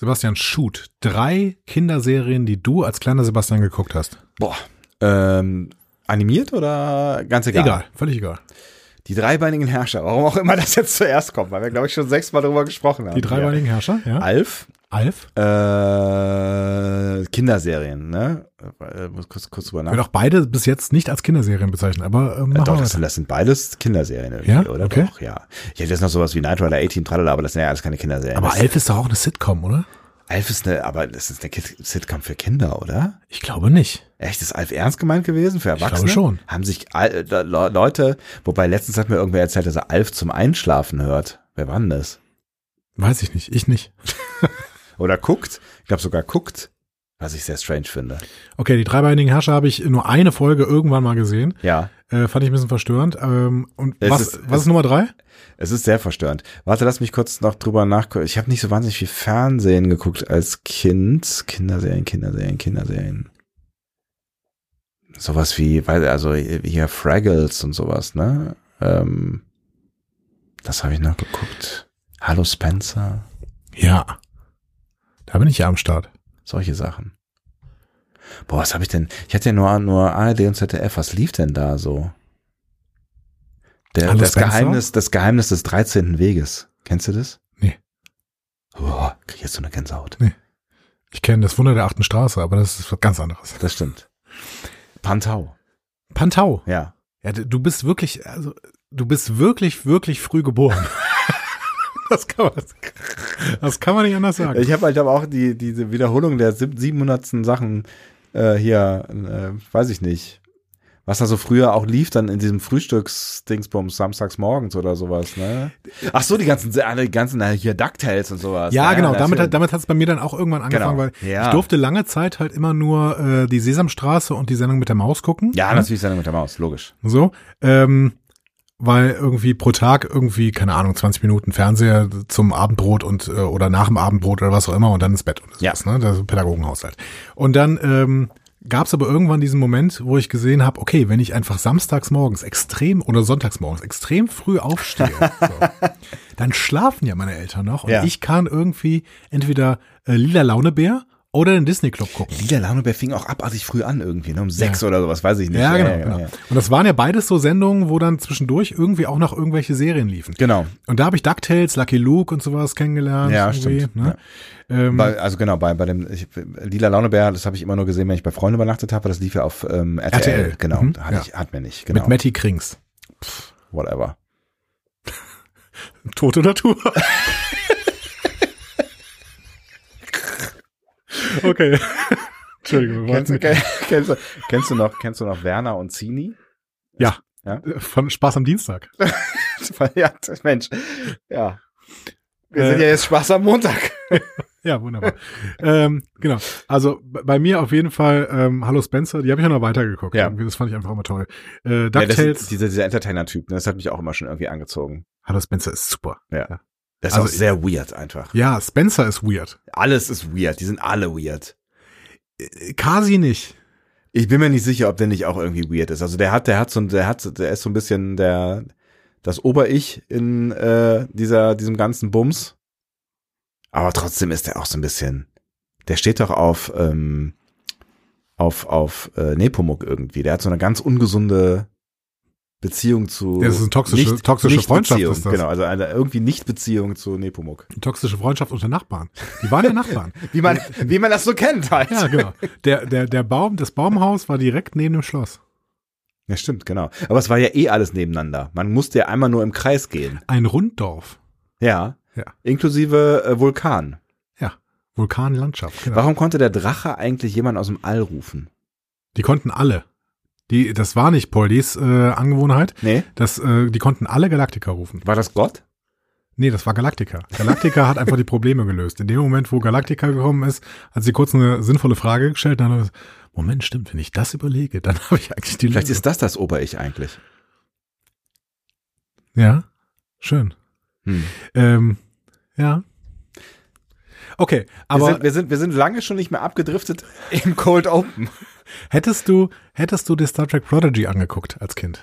Sebastian Schut, drei Kinderserien, die du als kleiner Sebastian geguckt hast. Boah. Ähm, animiert oder ganz egal? Egal, völlig egal. Die dreibeinigen Herrscher, warum auch immer das jetzt zuerst kommt, weil wir, glaube ich, schon sechsmal drüber gesprochen haben. Die dreibeinigen Herrscher, ja. Ja. Alf, Alf. äh, Kinderserien, ne? Äh, muss kurz, kurz drüber Ich würde nachdenken. auch beide bis jetzt nicht als Kinderserien bezeichnen, aber ähm, Äh, Genau, machen doch, wir das, weiter. sind- das sind beides Kinderserien irgendwie, Ja? oder? Okay. Doch, ja. Ich hätte jetzt noch sowas wie Night Rider, A-Team, Tralala, aber das sind ja alles keine Kinderserien. aber das, Alf ist doch auch eine Sitcom, oder? Alf ist eine, aber das ist eine Kid- Sitcom für Kinder, oder? Ich glaube nicht. Echt, ist Alf ernst gemeint gewesen für glaube Erwachsene? schon. Haben sich Al äh, Le- Leute, wobei letztens hat mir irgendwer erzählt, dass er Alf zum Einschlafen hört. Wer war denn das? Weiß ich nicht. Ich nicht. Oder guckt. Ich glaube sogar guckt, was ich sehr strange finde. Okay, die dreibeinigen Herrscher habe ich nur eine Folge irgendwann mal gesehen. Ja, Äh, fand ich ein bisschen verstörend. Ähm, und Es was ist- was es- ist Nummer drei? es ist sehr verstörend. Warte, lass mich kurz noch drüber nachgucken. Ich habe nicht so wahnsinnig viel Fernsehen geguckt als Kind. Kinderserien, Kinderserien, Kinderserien. Sowas wie, weiß- also hier Fraggles und sowas, ne? Ähm, das habe ich noch geguckt. Hallo Spencer. Ja. Da bin ich ja am Start. Solche Sachen. Boah, was habe ich denn? Ich hatte ja nur, nur ARD und ZDF. Was lief denn da so? Der, Hallo das, Ah, Spencer? Geheimnis, das Geheimnis des 13. Weges. Kennst du das? Nee. Boah, krieg jetzt so eine Gänsehaut. Ich kenne das Wunder der achten Straße, aber das ist was ganz anderes. Das stimmt. Pantau. Pantau. Ja. Ja, d- du bist wirklich, also du bist wirklich, wirklich früh geboren. das, kann man, das, kann man nicht anders sagen. Ich habe halt aber auch die, diese Wiederholung der sieb- 700. Sachen äh, hier, äh, weiß ich nicht. Was da so früher auch lief, dann in diesem Frühstücksdingsbums samstags morgens oder sowas, ne? Ach so, die ganzen, alle die ganzen, äh, hier DuckTales und sowas. ja, genau. Damit, natürlich. hat- damit hat es bei mir dann auch irgendwann angefangen, Genau. weil Ja. ich durfte lange Zeit halt immer nur äh, die Sesamstraße und die Sendung mit der Maus gucken. Ja, natürlich Sendung mit der Maus, logisch. So, ähm, weil irgendwie pro Tag irgendwie, keine Ahnung, 20 Minuten Fernseher zum Abendbrot und äh, oder nach dem Abendbrot oder was auch immer und dann ins Bett und Ja. sowas, ne? Das ist ein Pädagogenhaushalt. Und dann ähm, gab es aber irgendwann diesen Moment, wo ich gesehen habe, okay, wenn ich einfach samstags morgens extrem oder sonntags morgens extrem früh aufstehe, so, dann schlafen ja meine Eltern noch und Ja. ich kann irgendwie entweder äh, lila Launebär oder den Disney Club gucken. Lila Launebär fing auch abartig früh an irgendwie, ne? Um sechs oder sowas, weiß ich nicht. Ja, genau, genau. Und das waren ja beides so Sendungen, wo dann zwischendurch irgendwie auch noch irgendwelche Serien liefen. Genau. Und da habe ich DuckTales, Lucky Luke und sowas kennengelernt. Ja, irgendwie, stimmt. Ne? Ähm, Bei, also genau, bei, bei dem ich, Lila Launebär, das habe ich immer nur gesehen, wenn ich bei Freunden übernachtet habe, das lief ja auf ähm, RTL. RTL, Genau, mhm, hat, ja. ich, hat mir nicht, genau. Mit Matty Krings. Whatever. Tote Natur. okay. Entschuldigung. wir Kennst, du- wollten- kennst, du- kennst, du noch, kennst du noch Werner und Zini? Ja. Ja? Von Spaß am Dienstag. ja, Mensch. Ja. Wir Äh. sind ja jetzt Spaß am Montag. Ja, wunderbar. ähm, genau. Also b- bei mir auf jeden Fall ähm, Hallo Spencer, die habe ich ja noch weitergeguckt. Ja. Irgendwie, Das fand ich einfach immer toll. Äh, Ja, das DuckTales. ist dieser, dieser Entertainer-Typ, ne? das hat mich auch immer schon irgendwie angezogen. Hallo Spencer ist super. Das ist Also auch ich- sehr weird einfach. Ja, Spencer ist weird. Alles ist weird, die sind alle weird. Äh, Kasi nicht. Ich bin mir nicht sicher, ob der nicht auch irgendwie weird ist. Also der hat, der hat so, ein- der hat, so- der ist so ein bisschen der das Ober-Ich in äh, dieser diesem ganzen Bums. Aber trotzdem ist der auch so ein bisschen. Der steht doch auf ähm, auf auf äh, Nepomuk irgendwie. Der hat so eine ganz ungesunde Beziehung zu. Das ist eine toxische- toxische Freundschaft Beziehung, ist das. Genau, also eine irgendwie Nicht-Beziehung zu Nepomuk. Toxische Freundschaft unter Nachbarn. Die waren ja Nachbarn. Wie man wie man das so kennt halt. Ja, genau. Der, der, der Baum, das Baumhaus war direkt neben dem Schloss. ja stimmt, genau. Aber es war ja eh alles nebeneinander. Man musste ja einmal nur im Kreis gehen. Ein Runddorf. Ja. Ja. Inklusive äh, Vulkan. Ja. Vulkanlandschaft. Genau. Warum konnte der Drache eigentlich jemand aus dem All rufen? Die konnten alle. Die, das war nicht Poldis äh, Angewohnheit. Nee. Das, äh, die konnten alle Galaktiker rufen. War das Gott? Nee, das war Galaktiker. Galaktiker hat einfach die Probleme gelöst. In dem Moment, wo Galaktiker gekommen ist, hat sie kurz eine sinnvolle Frage gestellt. Dann hat er gesagt, Moment, stimmt, wenn ich das überlege, dann habe ich eigentlich die Vielleicht Lösung. ist das das Ober-Ich eigentlich. ja, schön. Hm. Ähm, ja. Okay, aber wir, sind, wir, sind, wir sind lange schon nicht mehr abgedriftet im Cold Open. Hättest du, hättest du dir Star Trek Prodigy angeguckt als Kind?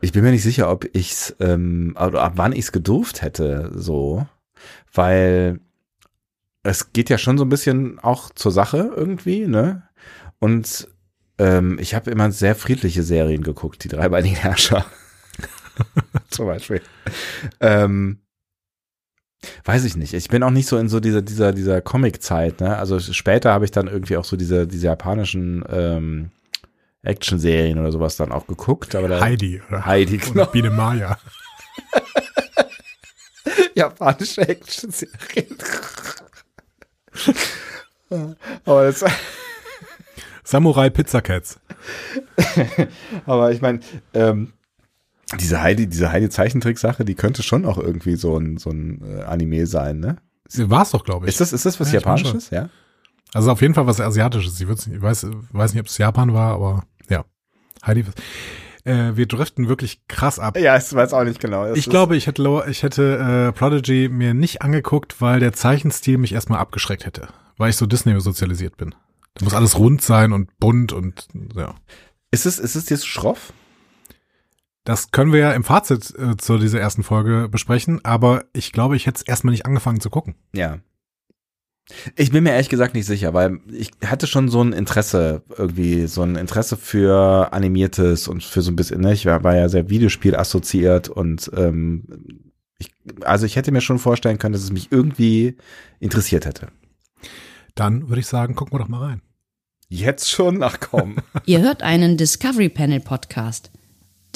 Ich bin mir nicht sicher, ob ich's, ähm, oder ab wann ich's gedurft hätte, so. Weil es geht ja schon so ein bisschen auch zur Sache irgendwie, ne? Und ähm, ich habe immer sehr friedliche Serien geguckt, die dreibeinigen Herrscher. Zum Beispiel. Ähm, weiß ich nicht. Ich bin auch nicht so in so dieser, dieser, dieser Comic-Zeit, ne? Also später habe ich dann irgendwie auch so diese, diese japanischen ähm, Action-Serien oder sowas dann auch geguckt. Aber da, Heidi oder Heidi, genau. und Biene Maya. japanische Action-Serien. aber das, Samurai Pizza Cats. aber ich meine, ähm, diese Heidi, diese Heidi Zeichentricksache, die könnte schon auch irgendwie so ein, so ein äh, Anime sein, ne? War es doch, glaube ich. Ist das, ist das was Ja, ich mein Japanisches? Ja. Also auf jeden Fall was Asiatisches. Ich, würd's nicht, ich weiß, weiß nicht, ob es Japan war, aber ja. Heidi. was- Äh, wir driften wirklich krass ab. Ja, ich weiß auch nicht genau. Es Ich ist- glaube, ich hätte, Lo- ich hätte äh, Prodigy mir nicht angeguckt, weil der Zeichenstil mich erstmal abgeschreckt hätte, weil ich so Disney sozialisiert bin. Da muss alles rund sein und bunt und ja. Ist es, ist es jetzt schroff? Das können wir ja im Fazit äh, zu dieser ersten Folge besprechen, aber ich glaube, ich hätte es erstmal nicht angefangen zu gucken. Ja. Ich bin mir ehrlich gesagt nicht sicher, weil ich hatte schon so ein Interesse irgendwie, so ein Interesse für Animiertes und für so ein bisschen, ne, ich war, war ja sehr Videospiel assoziiert und ähm, ich, also ich hätte mir schon vorstellen können, dass es mich irgendwie interessiert hätte. Dann würde ich sagen, gucken wir doch mal rein. Jetzt schon? Ach komm. Ihr hört einen Discovery Panel Podcast.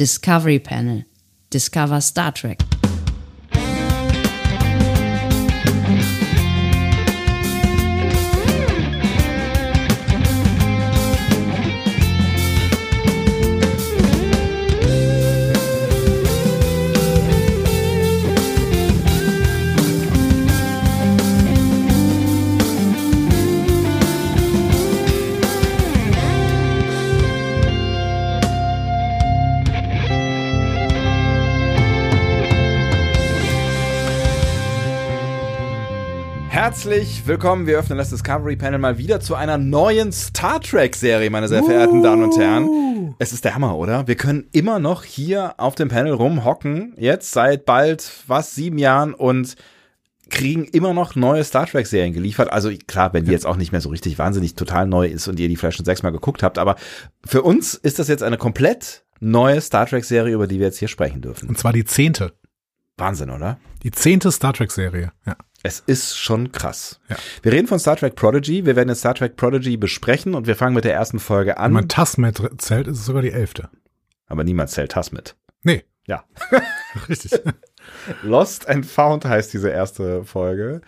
Discovery Panel. Discover Star Trek. Herzlich willkommen, wir öffnen das Discovery Panel mal wieder zu einer neuen Star Trek Serie, meine sehr verehrten Damen und Uh. Herren. Es ist der Hammer, oder? Wir können immer noch hier auf dem Panel rumhocken, jetzt seit bald was sieben Jahren und kriegen immer noch neue Star Trek Serien geliefert. Also klar, wenn die jetzt auch nicht mehr so richtig wahnsinnig total neu ist und ihr die vielleicht schon sechsmal geguckt habt, aber für uns ist das jetzt eine komplett neue Star Trek Serie, über die wir jetzt hier sprechen dürfen. Und zwar die zehnte. Wahnsinn, oder? Die zehnte Star Trek-Serie. Ja. Es ist schon krass. Ja. Wir reden von Star Trek Prodigy. Wir werden jetzt Star Trek Prodigy besprechen und wir fangen mit der ersten Folge Wenn an. man Tasmet zählt, ist es sogar die elfte. aber niemand zählt das mit. Nee, Ja. richtig. Lost and Found heißt diese erste Folge.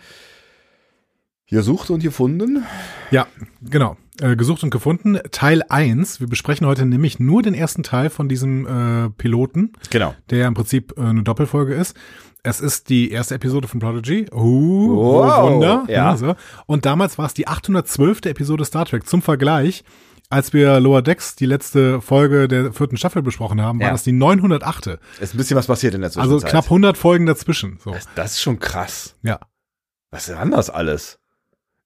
Gesucht und gefunden. Ja, genau. Äh, gesucht und gefunden. Teil 1. Wir besprechen heute nämlich nur den ersten Teil von diesem äh, Piloten, Genau. der ja im Prinzip äh, eine Doppelfolge ist. Es ist die erste Episode von Prodigy. Uh, oh, Wow, Wunder. ja. so. Und damals war es die 812. Episode Star Trek. Zum Vergleich, als wir Lower Decks, die letzte Folge der vierten Staffel besprochen haben, war Ja. das die 908. Ist ein bisschen was passiert in der Also Zwischenzeit. knapp 100 Folgen dazwischen. So, Das, das ist schon krass. ja. Was ist anders alles?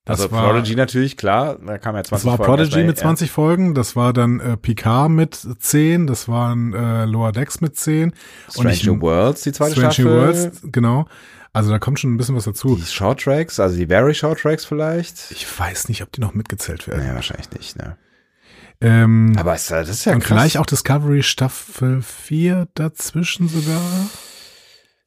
Das also war- Prodigy natürlich, klar. Da kam ja 20 Das war Folgen Prodigy erst mit mal- 20 Folgen, das war dann äh, Picard mit 10, das waren äh, Lower Decks mit 10. Ja. Strange New Worlds, die zweite Strange Staffel. New Worlds, genau. Also da kommt schon ein bisschen was dazu. Die Short Tracks, also die Very Short Tracks vielleicht. Ich weiß nicht, ob die noch mitgezählt werden. Nee, wahrscheinlich nicht, ne? Ähm, Aber ist, das ist ja und krass. vielleicht auch Discovery Staffel 4 dazwischen sogar.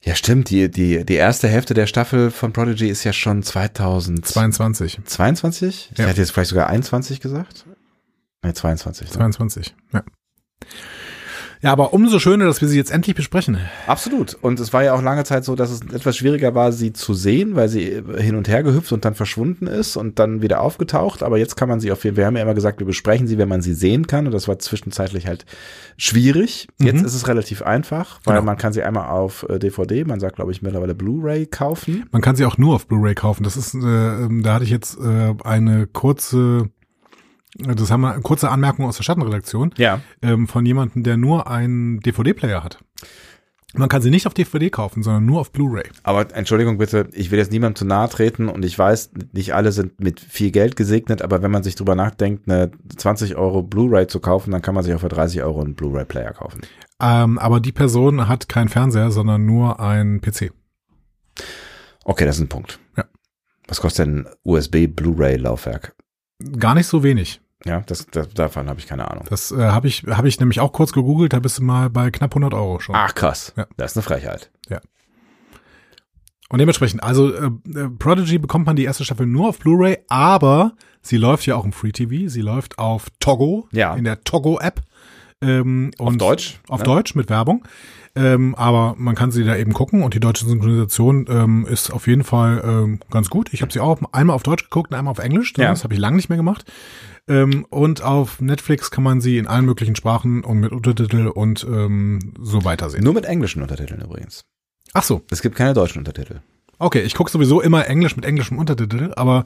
Ja, stimmt. Die, die, die erste Hälfte der Staffel von Prodigy ist ja schon 2022. 22. Ich Ja. hätte jetzt vielleicht sogar 21 gesagt. Ne, 22. Ne? 22, ja. Ja, aber umso schöner, dass wir sie jetzt endlich besprechen. Absolut. Und es war ja auch lange Zeit so, dass es etwas schwieriger war, sie zu sehen, weil sie äh, hin und her gehüpft und dann verschwunden ist und dann wieder aufgetaucht. Aber jetzt kann man sie auf jeden Fall, wir haben ja immer gesagt, wir besprechen sie, wenn man sie sehen kann. Und das war zwischenzeitlich halt schwierig. Jetzt Mhm. ist es relativ einfach, weil Genau. man kann sie einmal auf äh, DVD, man sagt, glaube ich, mittlerweile Blu-ray kaufen. Man kann sie auch nur auf Blu-ray kaufen. Das ist, äh, ähm, da hatte ich jetzt äh, eine kurze, äh, das haben wir, kurze Anmerkung aus der Schattenredaktion Ja. ähm, von jemandem, der nur einen DVD-Player hat. Man kann sie nicht auf DVD kaufen, sondern nur auf Blu-ray. Aber Entschuldigung bitte, ich will jetzt niemandem zu nahe treten und ich weiß, nicht alle sind mit viel Geld gesegnet, aber wenn man sich drüber nachdenkt, eine 20 Euro Blu-ray zu kaufen, dann kann man sich auch für 30 Euro einen Blu-ray-Player kaufen. Ähm, aber die Person hat keinen Fernseher, sondern nur einen PC. Okay, das ist ein Punkt. Ja. Was kostet denn USB-Blu-ray-Laufwerk? Gar nicht so wenig. Ja, das, das, davon habe ich keine Ahnung. Das äh, habe ich, hab ich nämlich auch kurz gegoogelt, da bist du mal bei knapp 100 Euro schon. Ach krass, Ja. das ist eine Frechheit. Und dementsprechend, also äh, äh, Prodigy bekommt man die erste Staffel nur auf Blu-ray, aber sie läuft ja auch im Free TV, sie läuft auf Togo, Ja. in der Togo-App. Ähm, Auf und Deutsch? Auf ne? Deutsch mit Werbung. Ähm, aber man kann sie da eben gucken und die deutsche Synchronisation ähm, ist auf jeden Fall ähm, ganz gut. Ich habe sie auch einmal auf Deutsch geguckt und einmal auf Englisch. Ja. Das habe ich lange nicht mehr gemacht. Ähm, und auf Netflix kann man sie in allen möglichen Sprachen und mit Untertitel und ähm, so weiter sehen. Nur mit englischen Untertiteln übrigens. Ach so, Es gibt keine deutschen Untertitel. Okay, ich gucke sowieso immer Englisch mit englischem Untertitel, aber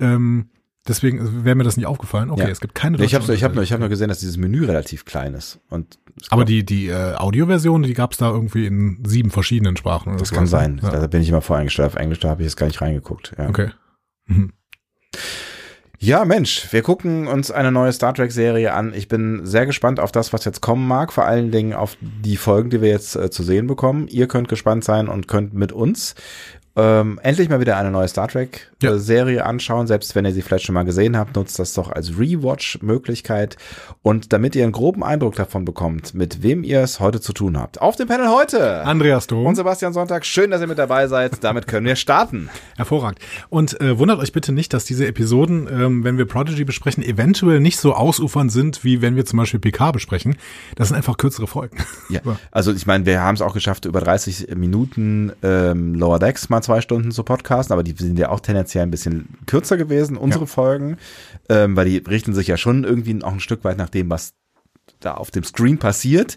ähm, deswegen wäre mir das nicht aufgefallen. Okay, Ja. es gibt keine Nee, ich habe deutschen ich hab nur, Untertitel. ich hab nur gesehen, dass dieses Menü relativ klein ist. Und es Aber kommt- die, die äh, Audioversion, die gab es da irgendwie in sieben verschiedenen Sprachen. Oder das so. kann sein. Ja. Da bin ich immer voreingestellt. Auf Englisch, da habe ich jetzt gar nicht reingeguckt. Ja. Okay. ja, Mensch, wir gucken uns eine neue Star Trek-Serie an. Ich bin sehr gespannt auf das, was jetzt kommen mag. Vor allen Dingen auf die Folgen, die wir jetzt äh, zu sehen bekommen. Ihr könnt gespannt sein und könnt mit uns ähm, endlich mal wieder eine neue Star Ja. Trek-Serie anschauen. Selbst wenn ihr sie vielleicht schon mal gesehen habt, nutzt das doch als Rewatch-Möglichkeit. Und damit ihr einen groben Eindruck davon bekommt, mit wem ihr es heute zu tun habt. Auf dem Panel heute! Andreas Und Dom, Sebastian Sonntag, schön, dass ihr mit dabei seid. Damit können wir starten. hervorragend. Und äh, wundert euch bitte nicht, dass diese Episoden, ähm, wenn wir Prodigy besprechen, eventuell nicht so ausufernd sind, wie wenn wir zum Beispiel PK besprechen. Das sind einfach kürzere Folgen. Ja. So. Also ich meine, wir haben es auch geschafft, über 30 Minuten ähm, Lower Decks mal zwei Stunden zu podcasten, aber die sind ja auch tendenziell ein bisschen kürzer gewesen, unsere Folgen, ähm, weil die richten sich ja schon irgendwie auch ein Stück weit nach dem, was da auf dem Screen passiert.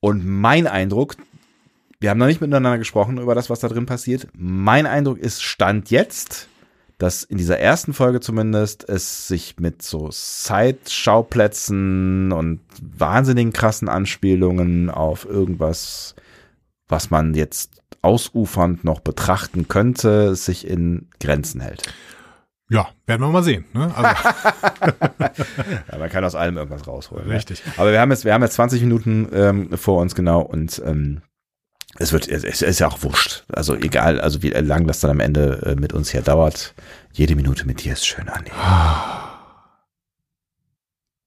Und mein Eindruck, wir haben noch nicht miteinander gesprochen über das, was da drin passiert. Mein Eindruck ist Stand jetzt, dass in dieser ersten Folge zumindest es sich mit so Side-Schauplätzen und wahnsinnigen krassen Anspielungen auf irgendwas, was man jetzt ausufernd noch betrachten könnte, es sich in Grenzen hält. Ja, werden wir mal sehen. Ne? Also, Ja, man kann aus allem irgendwas rausholen. ne? richtig. Aber wir haben jetzt, wir haben jetzt 20 Minuten ähm, vor uns genau und ähm, es wird, es es ist ja auch wurscht. Also egal, also wie lang das dann am Ende äh, mit uns hier dauert. Jede Minute mit dir ist schön, Andi.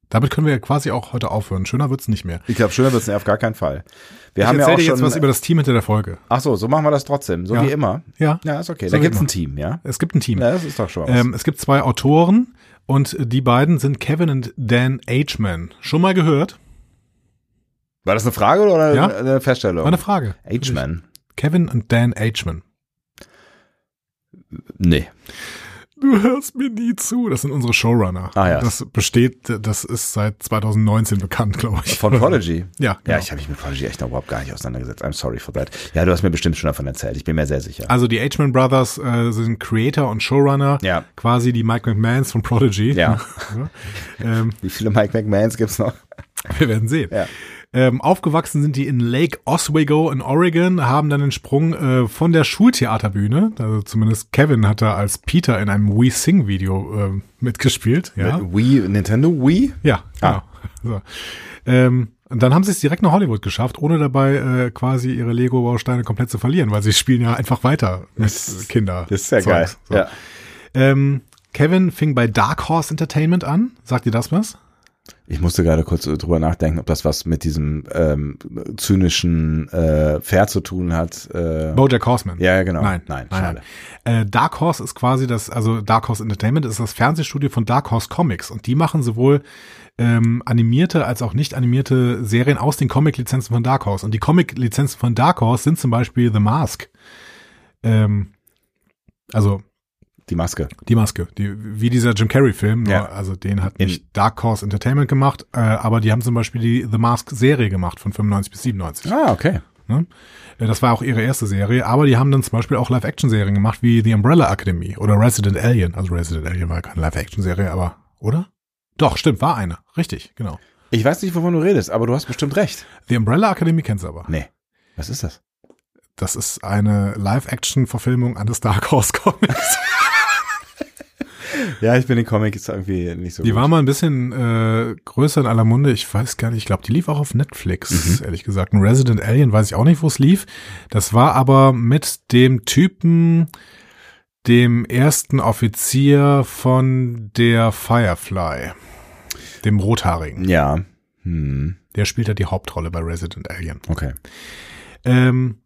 Damit können wir ja quasi auch heute aufhören. Schöner wird's nicht mehr. Ich glaube, schöner wird es auf gar keinen Fall. Wir ich haben ja erzähl auch dir schon. jetzt was über das Team hinter der Folge. ach so, so machen wir das trotzdem, so Ja. wie immer. Ja, Ja, ist okay. So da wie gibt's immer. ein Team, ja. es gibt ein Team. Ja, das ist doch schon was. Ähm, es gibt zwei Autoren und die beiden sind Kevin und Dan H-Man. Schon mal gehört? War das eine Frage oder Ja. eine Feststellung? War eine Frage. H-Man. Kevin und Dan H-Man. Nee. Du hörst mir nie zu. Das sind unsere Showrunner. Ah, ja. Das besteht, das ist seit 2019 bekannt, glaube ich. Von Prodigy. Ja, genau. Ja, ich habe mich mit Prodigy echt noch überhaupt gar nicht auseinandergesetzt. I'm sorry for that. Ja, du hast mir bestimmt schon davon erzählt. Ich bin mir sehr sicher. also die H-Man Brothers äh, sind Creator und Showrunner. Ja. Quasi die Mike McMahons von Prodigy. Ja. ähm, Wie viele Mike McMahons gibt's noch? wir werden sehen. Ja. Ähm, aufgewachsen sind die in Lake Oswego in Oregon, haben dann den Sprung äh, von der Schultheaterbühne, also zumindest Kevin hat da als Peter in einem We Sing Video ähm, mitgespielt. Ja, Äh, Wii, Nintendo Wii? ja Ah. genau. So. Ähm, und dann haben sie es direkt nach Hollywood geschafft, ohne dabei äh, quasi ihre Lego-Bausteine komplett zu verlieren, weil sie spielen ja einfach weiter mit Das- Kinder. Das ist ja geil. Zeugs. So. Ja. Ähm, Kevin fing bei Dark Horse Entertainment an. Sagt ihr das was? Ich musste gerade kurz äh, drüber nachdenken, ob das was mit diesem ähm, zynischen äh, Pferd zu tun hat. Äh, Bojack Horseman. ja, ja, genau. Nein, nein, schade. nein, nein. Äh, Dark Horse ist quasi das, also Dark Horse Entertainment ist das Fernsehstudio von Dark Horse Comics und die machen sowohl ähm, animierte als auch nicht animierte Serien aus den Comic-Lizenzen von Dark Horse. Und die Comic-Lizenzen von Dark Horse sind zum Beispiel The Mask. Ähm, also Die Maske. die Maske, die, wie dieser Jim Carrey-Film, nur, Ja. also den hat In- nicht Dark Horse Entertainment gemacht, äh, aber die haben zum Beispiel die The Mask-Serie gemacht von 95 bis 97. Ah, okay. Ne? Äh, Das war auch ihre erste Serie, aber die haben dann zum Beispiel auch Live-Action-Serien gemacht, wie The Umbrella Academy oder Resident Alien. Also Resident Alien war keine Live-Action-Serie, aber, oder? Doch, stimmt, war eine. Richtig, genau. Ich weiß nicht, wovon du redest, aber du hast bestimmt recht. The Umbrella Academy kennst du aber. Nee. Was ist das? Das ist eine Live-Action-Verfilmung eines Dark Horse-Comics. Ja, ich bin den Comic jetzt irgendwie nicht so Die war mal ein bisschen äh, größer in aller Munde. Ich weiß gar nicht, ich glaube, die lief auch auf Netflix, ehrlich gesagt. Ein Resident Alien weiß ich auch nicht, wo es lief. Das war aber mit dem Typen, dem ersten Offizier von der Firefly, dem Rothaarigen. Ja. Hm. Der spielt ja die Hauptrolle bei Resident Alien. Okay. Ähm,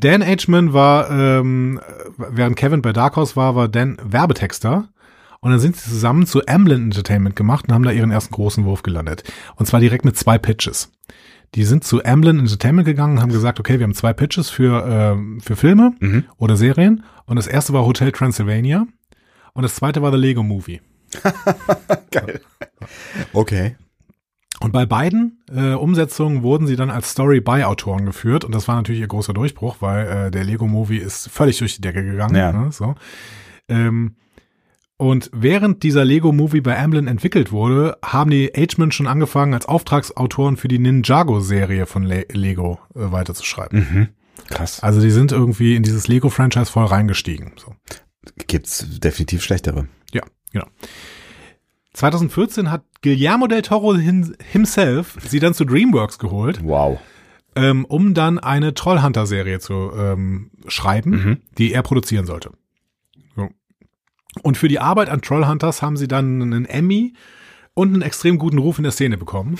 Dan Ageman war, ähm, während Kevin bei Dark Horse war, war Dan Werbetexter. Und dann sind sie zusammen zu Amblin Entertainment gemacht und haben da ihren ersten großen Wurf gelandet. Und zwar direkt mit zwei Pitches. Die sind zu Amblin Entertainment gegangen und haben gesagt, okay, wir haben zwei Pitches für, ähm, für Filme Mhm. oder Serien. Und das erste war Hotel Transylvania. Und das zweite war The Lego Movie. Geil. Okay. Und bei beiden äh, Umsetzungen wurden sie dann als Story-by-Autoren geführt. Und das war natürlich ihr großer Durchbruch, weil äh, der Lego-Movie ist völlig durch die Decke gegangen. Ja. Ne, so. ähm, und während dieser Lego-Movie bei Amblin entwickelt wurde, haben die Ageman schon angefangen, als Auftragsautoren für die Ninjago-Serie von Le Lego äh, weiterzuschreiben. Mhm. Krass. Also die sind irgendwie in dieses Lego-Franchise voll reingestiegen. So. Gibt's definitiv schlechtere. Ja, genau. 2014 hat Guillermo del Toro hin, himself sie dann zu DreamWorks geholt, Wow. ähm, um dann eine Trollhunter-Serie zu ähm, schreiben, die er produzieren sollte. So. Und für die Arbeit an Trollhunters haben sie dann einen Emmy und einen extrem guten Ruf in der Szene bekommen,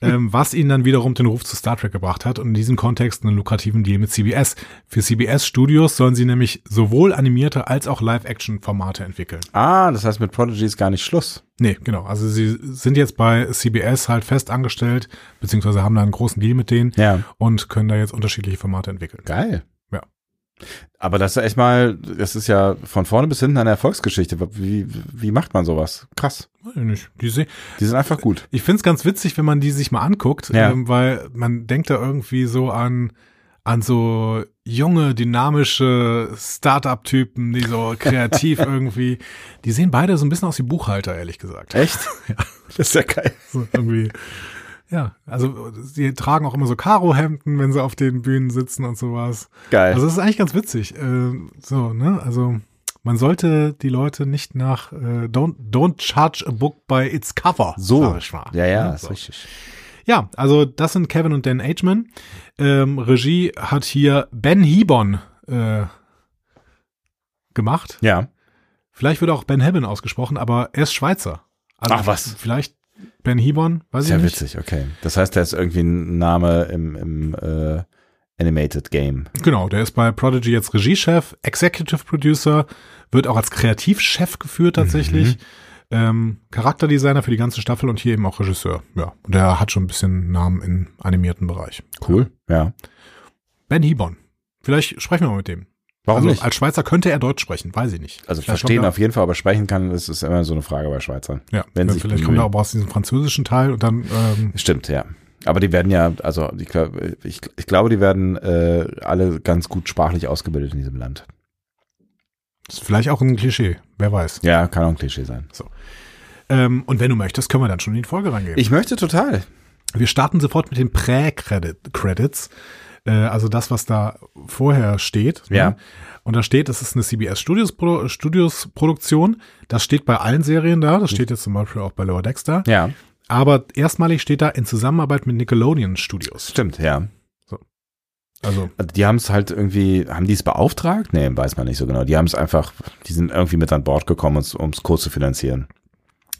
ähm, was ihnen dann wiederum den Ruf zu Star Trek gebracht hat und in diesem Kontext einen lukrativen Deal mit CBS. Für CBS Studios sollen sie nämlich sowohl animierte als auch Live-Action-Formate entwickeln. Ah, das heißt mit Prodigy ist gar nicht Schluss. Nee, genau. Also sie sind jetzt bei CBS halt fest angestellt, beziehungsweise haben da einen großen Deal mit denen Ja. und können da jetzt unterschiedliche Formate entwickeln. Geil. Ja. Aber das ist echt mal, das ist ja von vorne bis hinten eine Erfolgsgeschichte. Wie, wie macht man sowas? Krass. Weiß ich nicht. Die se- Die sind einfach gut. Ich find's ganz witzig, wenn man die sich mal anguckt, Ja. ähm, weil man denkt da irgendwie so an, an so junge, dynamische Start-up-Typen, die so kreativ irgendwie, die sehen beide so ein bisschen aus wie Buchhalter, ehrlich gesagt. Echt? Das ist ja geil. So irgendwie. Ja, also sie tragen auch immer so Karohemden, wenn sie auf den Bühnen sitzen und sowas. Geil. Also es ist eigentlich ganz witzig. Äh, so, ne? Also man sollte die Leute nicht nach äh, don't, don't judge a book by its cover. so. sag ich mal. Ja, ja, so. ist richtig. Ja, also das sind Kevin und Dan Ageman. Ähm, Regie hat hier Ben Hebon äh, gemacht. Ja. Vielleicht wird auch Ben Hebben ausgesprochen, aber er ist Schweizer. Also Ach, was. Vielleicht Ben Hebon, weiß ich Sehr nicht. witzig, okay. Das heißt, der ist irgendwie ein Name im, im äh, Animated Game. Genau, der ist bei Prodigy jetzt Regiechef, Executive Producer, wird auch als Kreativchef geführt tatsächlich. Mhm. Ähm, Charakterdesigner für die ganze Staffel und hier eben auch Regisseur. Ja, und der hat schon ein bisschen Namen im animierten Bereich. Cool. Ja. Ben Hebon. Vielleicht sprechen wir mal mit dem. Warum also nicht? als Schweizer könnte er Deutsch sprechen, weiß ich nicht. Also Vielleicht verstehen kommt auf jeden Fall, aber sprechen kann, das ist immer so eine Frage bei Schweizern. er, ja, wenn ja, sich vielleicht bemühen. kommt er aber aus diesem französischen Teil und dann ähm, Stimmt, ja. Aber die werden ja, also ich, glaub- ich, ich glaube, die werden äh, alle ganz gut sprachlich ausgebildet in diesem Land. ist vielleicht auch ein Klischee, wer weiß. Ja, kann auch ein Klischee sein. Ähm, und wenn du möchtest, können wir dann schon in die Folge reingehen. Ich möchte total. Wir starten sofort mit den Prä-Credits. Äh, also das, was da vorher steht. ne? Ja. Und da steht, das ist eine CBS Studios, Pro Studios Produktion. Das steht bei allen Serien da. Das steht jetzt zum Beispiel auch bei Lower Decks da. Ja, Aber erstmalig steht da in Zusammenarbeit mit Nickelodeon Studios. stimmt, ja. Also Die haben es halt irgendwie, haben die es beauftragt? Nee, weiß man nicht so genau. Die haben es einfach, die sind irgendwie mit an Bord gekommen, um es kurz zu finanzieren.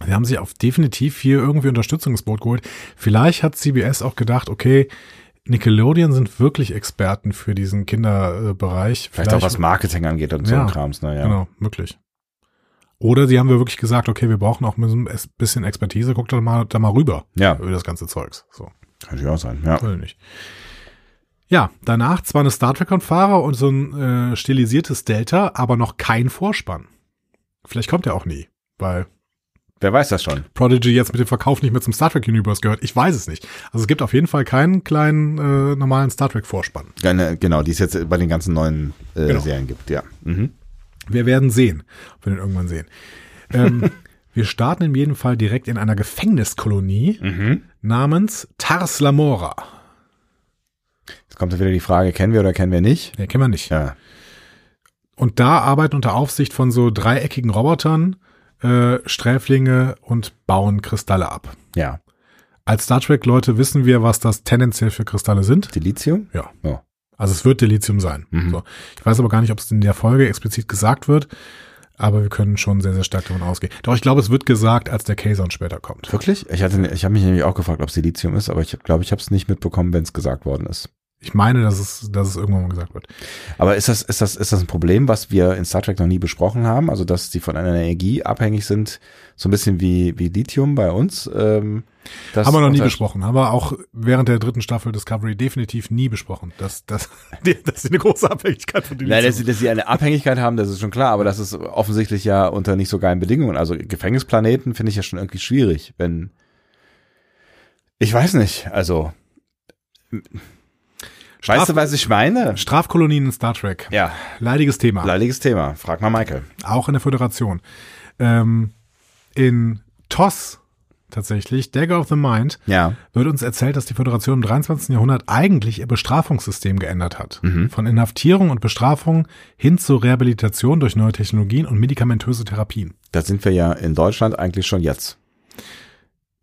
sie haben sich auf definitiv hier irgendwie Unterstützung ins Boot geholt. Vielleicht hat CBS auch gedacht, okay, Nickelodeon sind wirklich Experten für diesen Kinderbereich. Vielleicht, auch was Marketing angeht und so Ja, ein Krams, ne, naja. Genau, möglich. Oder sie haben wir wirklich gesagt, okay, wir brauchen auch ein bisschen Expertise, guckt doch mal da mal rüber Ja, über das ganze Zeugs. So, kann natürlich auch sein, ja. weiß ich nicht. Ja, danach zwar eine Star Trek Fanfare und so ein äh, stilisiertes Delta, aber noch kein Vorspann. Vielleicht kommt er auch nie, weil Wer weiß das schon? Prodigy jetzt mit dem Verkauf nicht mehr zum Star Trek Universe gehört. Ich weiß es nicht. Also es gibt auf jeden Fall keinen kleinen äh, normalen Star Trek Vorspann. Keine- Genau, die es jetzt bei den ganzen neuen äh, Genau. Serien gibt, ja. Mhm. Wir werden sehen, ob wir den irgendwann sehen. Ähm, wir starten in jedem Fall direkt in einer Gefängniskolonie namens Tars Lamora. Jetzt kommt ja wieder die Frage, kennen wir oder kennen wir nicht? Den kennen wir nicht. Ja, Und da arbeiten unter Aufsicht von so dreieckigen Robotern äh, Sträflinge und bauen Kristalle ab. ja. Als Star Trek-Leute wissen wir, was das tendenziell für Kristalle sind. Silizium? Ja. Oh. Also es wird Delizium sein. So. Ich weiß aber gar nicht, ob es in der Folge explizit gesagt wird, aber wir können schon sehr, sehr stark davon ausgehen. Doch ich glaube, es wird gesagt, als der Kaiser später kommt. Wirklich? Ich, hatte, ich habe mich nämlich auch gefragt, ob Silizium ist, aber ich glaube, ich habe es nicht mitbekommen, wenn es gesagt worden ist. Ich meine, dass es, dass es irgendwann mal gesagt wird. Aber ist das, ist, das, ist das ein Problem, was wir in Star Trek noch nie besprochen haben? Also, dass die von einer Energie abhängig sind, so ein bisschen wie, wie Lithium bei uns? Ähm, das haben wir noch nie unter- besprochen. Haben wir auch während der dritten Staffel Discovery definitiv nie besprochen, dass, dass, die- dass sie eine große Abhängigkeit von Delizium Nein, dass sie, dass sie eine Abhängigkeit haben, das ist schon klar, aber das ist offensichtlich ja unter nicht so geilen Bedingungen. Also Gefängnisplaneten finde ich ja schon irgendwie schwierig, wenn. Ich weiß nicht, also. Weißt du, was ich meine? Strafkolonien in Star Trek. Ja, Leidiges Thema. leidiges Thema. Frag mal Michael. auch in der Föderation. Ähm, in TOS tatsächlich, Dagger of the Mind, Ja. wird uns erzählt, dass die Föderation im 23. Jahrhundert eigentlich ihr Bestrafungssystem geändert hat. Mhm. Von Inhaftierung und Bestrafung hin zur Rehabilitation durch neue Technologien und medikamentöse Therapien. Da sind wir ja in Deutschland eigentlich schon jetzt.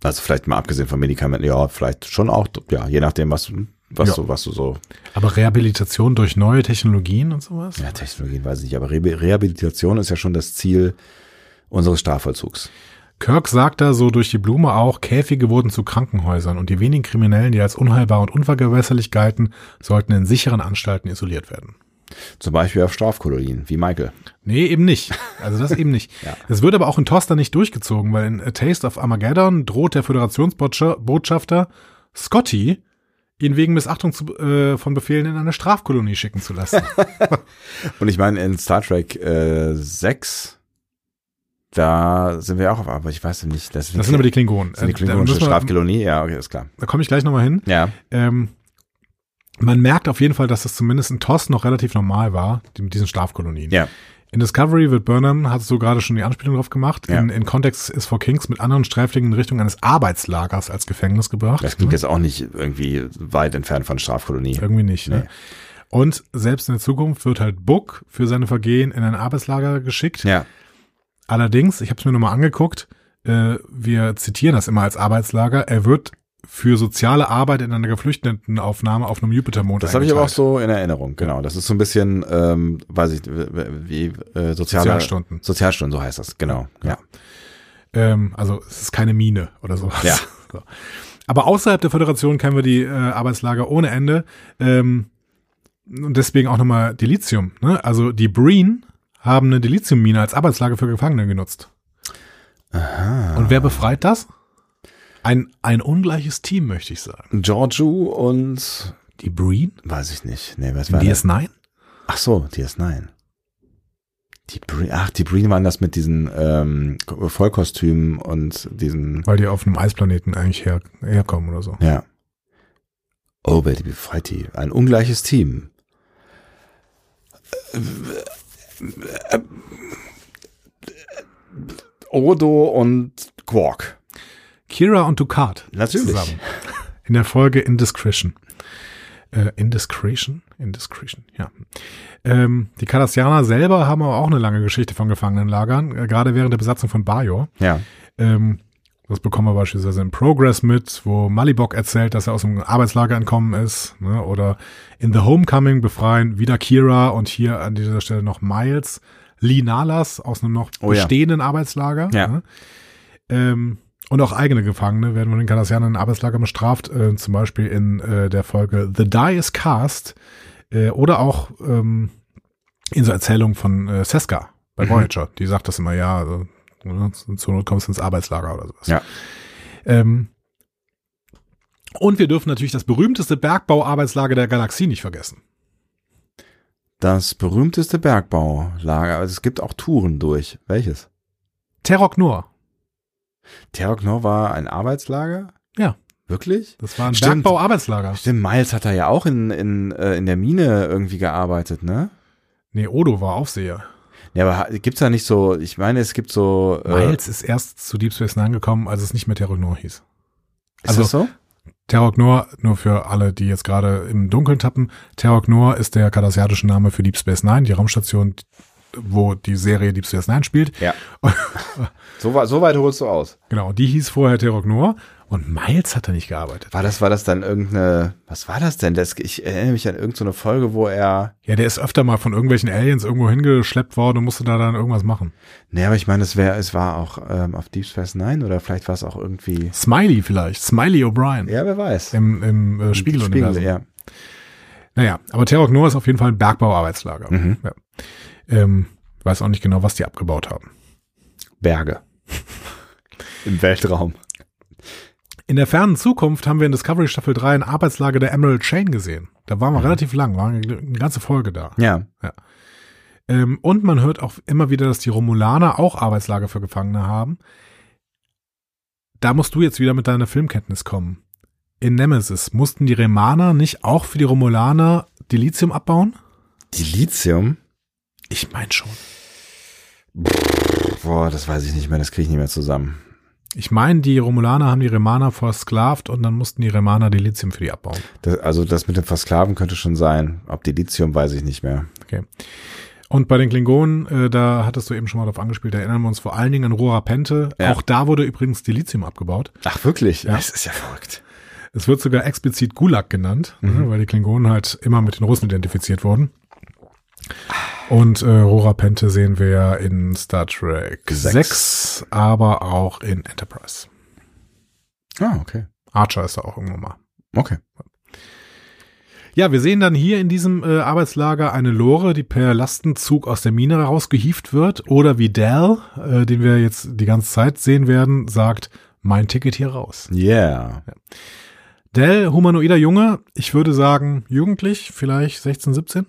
Also vielleicht mal abgesehen von Medikamenten, ja, vielleicht schon auch, ja, je nachdem, was, du- was, Ja. du, was du so. Aber Rehabilitation durch neue Technologien und sowas? Ja, Technologien weiß ich nicht, aber Rehabil- Rehabilitation ist ja schon das Ziel unseres Strafvollzugs. Kirk sagt da so durch die Blume auch, Käfige wurden zu Krankenhäusern und die wenigen Kriminellen, die als unheilbar und unvergewässerlich galten, sollten in sicheren Anstalten isoliert werden. Zum Beispiel auf Strafkolonien, wie Michael. Nee, eben nicht. Also das eben nicht. Es wird aber auch in Toster nicht durchgezogen, weil in A Taste of Armageddon droht der Föderationsbotschafter Scotty, ihn wegen Missachtung zu, äh, von Befehlen in eine Strafkolonie schicken zu lassen. Und ich meine, in Star Trek äh, 6, da sind wir auch auf, aber ich weiß nicht, das sind, Das sind aber die Klingonen. das sind die Äh, Klingonische da müssen wir- Strafkolonie, ja, okay, ist klar. da komme ich gleich nochmal hin. Ja. Ähm, man merkt auf jeden Fall, dass das zumindest in TOS noch relativ normal war, die, mit diesen Strafkolonien. Ja. In Discovery wird Burnham, hast du gerade schon die Anspielung drauf gemacht, Ja. in, in Context is for Kings mit anderen Sträflingen in Richtung eines Arbeitslagers als Gefängnis gebracht. Das klingt jetzt auch nicht irgendwie weit entfernt von Strafkolonie. Irgendwie nicht, ne? Und selbst in der Zukunft wird halt Buck für seine Vergehen in ein Arbeitslager geschickt. Ja. Allerdings, ich habe es mir nochmal angeguckt, äh, wir zitieren das immer als Arbeitslager, er wird für soziale Arbeit in einer Geflüchtetenaufnahme auf einem Jupitermond Das habe ich aber auch eingeteilt. so in Erinnerung, genau. Das ist so ein bisschen, ähm, weiß ich, wie äh, soziale, Sozialstunden. Sozialstunden, so heißt das, genau. Ja. Ähm, also es ist keine Mine oder sowas. Ja. So. Aber außerhalb der Föderation kennen wir die äh, Arbeitslager ohne Ende. Ähm, und deswegen auch nochmal Delizium. Ne? Also die Breen haben eine Deliziummine als Arbeitslager für Gefangene genutzt. Aha. Und wer befreit das? Ein, ein ungleiches Team, möchte ich sagen. Giorgio und, Die Breen? weiß ich nicht, nee, was war das? DS9? Ach so, DS9. Die Breen, ach, die Breen waren das mit diesen ähm, Vollkostümen und diesen, Weil die auf einem Eisplaneten eigentlich her, herkommen oder so. ja. Oh, Betty befreit die. Ein ungleiches Team. Odo und Quark. Kira und Ducat. Natürlich. Zusammen. In der Folge Indiscretion. Äh, Indiscretion? Indiscretion, ja. Ähm, die Cardassianer selber haben aber auch eine lange Geschichte von Gefangenenlagern, äh, gerade während der Besatzung von Bajor. Ja. Ähm, das bekommen wir beispielsweise in Progress mit, wo Malibok erzählt, dass er aus dem Arbeitslager entkommen ist. Ne? Oder in The Homecoming befreien wieder Kira und hier an dieser Stelle noch Miles. Lee Nalas aus einem noch Oh ja. bestehenden Arbeitslager. Ja. Ne? Ähm, und auch eigene Gefangene werden von den Kardassianern in Arbeitslager bestraft. Äh, zum Beispiel in äh, der Folge The Die is Cast. Äh, oder auch ähm, in so Erzählungen von äh, Seska Mhm. bei Voyager. Die sagt das immer, ja, also, ne, zur Not kommst du ins Arbeitslager oder sowas. Ja. Ähm, und wir dürfen natürlich das berühmteste Bergbauarbeitslager der Galaxie nicht vergessen. Das berühmteste Bergbaulager. Also es gibt auch Touren durch. Welches? Terok Nur. Terrogno war ein Arbeitslager? Ja. Wirklich? Das war ein Stimmt. Bergbauarbeitslager. Stimmt, Miles hat da ja auch in, in, äh, in der Mine irgendwie gearbeitet, ne? Nee, Odo war Aufseher. Ja, aber ha- gibt's da nicht so, ich meine, es gibt so. Äh, Miles ist erst zu Deep Space Nine gekommen, als es nicht mehr Terok Nur hieß. Ist also, das so? Terok Nur, nur für alle, die jetzt gerade im Dunkeln tappen, Terok Nur ist der kardassiatische Name für Deep Space Nine, die Raumstation, wo die Serie Deep Space Nine spielt. Ja. So, wa- so weit holst du aus. Genau, die hieß vorher Terok Noir und Miles hat da nicht gearbeitet. War das, war das dann irgendeine, was war das denn? Das, ich erinnere mich an irgendeine Folge, wo er, Ja, der ist öfter mal von irgendwelchen Aliens irgendwo hingeschleppt worden und musste da dann irgendwas machen. nee, ne, aber ich meine, es wäre, es war auch ähm, auf Deep Space Nine oder vielleicht war es auch irgendwie, Smiley vielleicht, Smiley O'Brien ja, wer weiß. im, im äh, Spiegeluniversum. Spiegel, ja. Naja, aber Terok Noah ist auf jeden Fall ein Bergbauarbeitslager. Mhm. Ja. Ähm, weiß auch nicht genau, was die abgebaut haben. Berge. Im Weltraum. In der fernen Zukunft haben wir in Discovery Staffel 3 ein Arbeitslager der Emerald Chain gesehen. Da waren wir relativ lang, waren eine ganze Folge da. Ja. Ähm, und man hört auch immer wieder, dass die Romulaner auch Arbeitslager für Gefangene haben. Da musst du jetzt wieder mit deiner Filmkenntnis kommen. In Nemesis mussten die Remaner nicht auch für die Romulaner die Lithium abbauen? Die Lithium? Ich meine schon. Boah, das weiß ich nicht mehr, das kriege ich nicht mehr zusammen. Ich meine, die Romulaner haben die Remaner versklavt und dann mussten die Remaner die Lithium für die abbauen. Das, also das mit dem Versklaven könnte schon sein. Ob die Lithium, weiß ich nicht mehr. Und bei den Klingonen, äh, da hattest du eben schon mal drauf angespielt, da erinnern wir uns vor allen Dingen an Rora Pente. Ja. Auch da wurde übrigens die Lithium abgebaut. Ach, wirklich? Ja. Das ist ja verrückt. Es wird sogar explizit Gulag genannt, Mhm. ne, weil die Klingonen halt immer mit den Russen identifiziert wurden. Und äh, Rora Pente sehen wir ja in Star Trek Sechs. 6, aber auch in Enterprise. Ah, okay. Archer ist da auch irgendwann mal. Okay. Ja, wir sehen dann hier in diesem äh, Arbeitslager eine Lore, die per Lastenzug aus der Mine rausgehieft wird. Oder wie Dell, äh, den wir jetzt die ganze Zeit sehen werden, sagt, mein Ticket hier raus. Yeah. Dell, humanoider Junge, ich würde sagen, jugendlich, vielleicht 16, 17.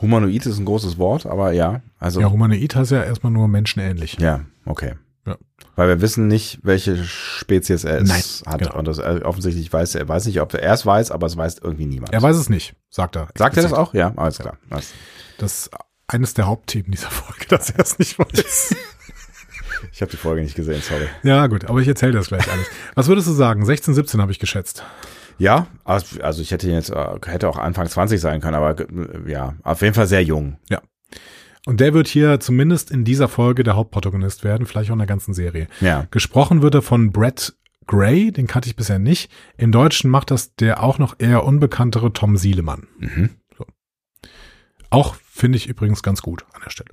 Humanoid ist ein großes Wort, aber ja. Also, Ja, ja, humanoid heißt ja erstmal nur menschenähnlich. okay. Ja. Weil wir wissen nicht, welche Spezies er es Nein, hat. genau. Und das äh, offensichtlich weiß er, weiß nicht, ob er es weiß, aber es weiß irgendwie niemand. Er weiß es nicht, sagt er. Sagt er das auch? Ja, alles klar. Alles. Das ist eines der Hauptthemen dieser Folge, dass er es nicht weiß. Ich habe die Folge nicht gesehen, sorry. ja, gut, aber ich erzähle das gleich alles. Was würdest du sagen? 16, 17 habe ich geschätzt. Ja, also also ich hätte jetzt äh, hätte auch Anfang 20 sein können, aber äh, ja, auf jeden Fall sehr jung. Und der wird hier zumindest in dieser Folge der Hauptprotagonist werden, vielleicht auch in der ganzen Serie. Ja. Gesprochen wird er von Brett Gray, den kannte ich bisher nicht. Im Deutschen macht das der auch noch eher unbekanntere Tom Sielemann. Mhm. So. Auch finde ich übrigens ganz gut an der Stelle.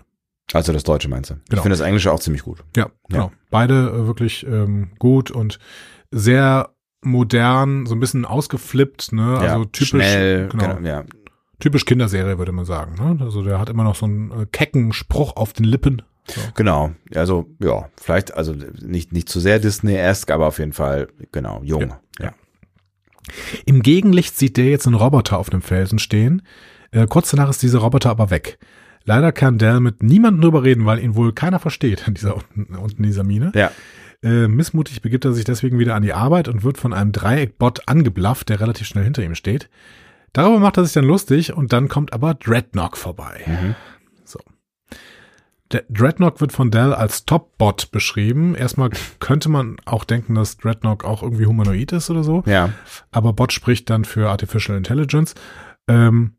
Also das Deutsche meinst du? Genau. Ich finde das Englische auch ziemlich gut. Ja, genau. Beide äh, wirklich ähm, gut und sehr modern, so ein bisschen ausgeflippt, ne? ja, also typisch, schnell, genau, genau, ja. typisch Kinderserie würde man sagen. Ne? Also der hat immer noch so einen äh, kecken Spruch auf den Lippen. So. Genau. Also ja, vielleicht also nicht nicht zu sehr Disney-esque, aber auf jeden Fall genau jung. Ja. Im Gegenlicht sieht der jetzt einen Roboter auf einem Felsen stehen. Äh, kurz danach ist dieser Roboter aber weg. Leider kann Dell mit niemandem drüber reden, weil ihn wohl keiner versteht in dieser, unten, unten dieser Mine. Ja. Äh, missmutig begibt er sich deswegen wieder an die Arbeit und wird von einem Dreieckbot angeblafft, der relativ schnell hinter ihm steht. Darüber macht er sich dann lustig und dann kommt aber Dreadnought vorbei. Mhm. So. Der Dreadnought wird von Dell als Top-Bot beschrieben. Erstmal könnte man auch denken, dass Dreadnought auch irgendwie humanoid ist oder so. Ja. Aber Bot spricht dann für Artificial Intelligence. Ähm,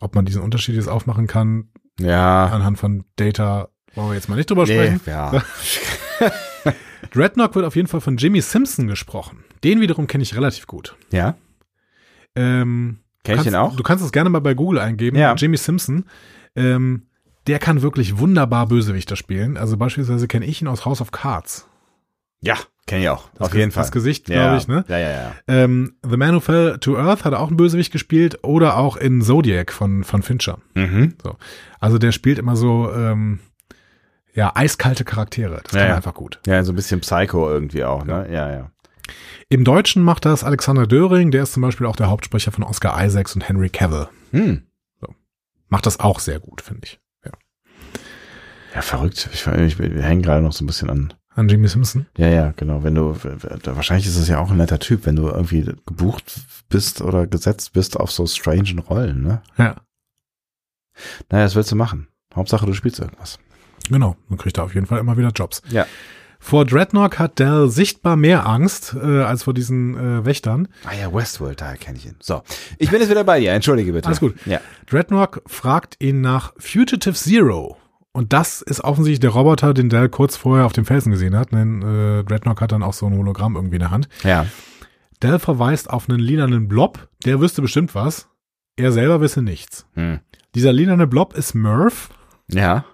ob man diesen Unterschied jetzt aufmachen kann, Ja. anhand von Data, wollen wir jetzt mal nicht drüber Nee, sprechen. ja. Dreadnought wird auf jeden Fall von Jimmy Simpson gesprochen. Den wiederum kenne ich relativ gut. ja. Ähm, Kenn ich kannst, ihn auch? Du kannst es gerne mal bei Google eingeben. Ja. Jimmy Simpson. Ähm, der kann wirklich wunderbar Bösewichter spielen. Also beispielsweise kenne ich ihn aus House of Cards. Ja, kenne ich auch. Das auf Ge- jeden Fall. Das Gesicht, ja. glaube ich, ne? Ja, ja, ja. Ähm, The Man Who Fell to Earth hat er auch einen Bösewicht gespielt oder auch in Zodiac von, von Fincher. Mhm. Also der spielt immer so, ähm, ja, eiskalte Charaktere. Das Ja, kann er ja. einfach gut. Ja, so ein bisschen Psycho irgendwie auch, ne? Ja, ja. Im Deutschen macht das Alexander Döring, der ist zum Beispiel auch der Hauptsprecher von Oscar Isaacs und Henry Cavill. Hm. Macht das auch sehr gut, finde ich. Ja, verrückt. Ich, ich, wir hängen gerade noch so ein bisschen an. An Jimmy Simpson. Ja, ja, genau. Wenn du, wahrscheinlich ist es ja auch ein netter Typ, wenn du irgendwie gebucht bist oder gesetzt bist auf so strange Rollen, ne? Ja, Naja, das willst du machen. Hauptsache, du spielst irgendwas. genau. Dann kriegt er auf jeden Fall immer wieder Jobs. Ja. Vor Dreadnought hat Dell sichtbar mehr Angst äh, als vor diesen äh, Wächtern. Ah ja, Westworld, daher kenne ich ihn. So. Ich bin jetzt wieder bei dir. Entschuldige bitte. Alles gut. Ja. Dreadnought fragt ihn nach Fugitive Zero Und das ist offensichtlich der Roboter, den Dell kurz vorher auf dem Felsen gesehen hat. Denn äh, Dreadnought hat dann auch so ein Hologramm irgendwie in der Hand. Ja. Dell verweist auf einen lilanen Blob. Der wüsste bestimmt was. Er selber wisse nichts. Hm. Dieser lilane Blob ist Murph. Ja.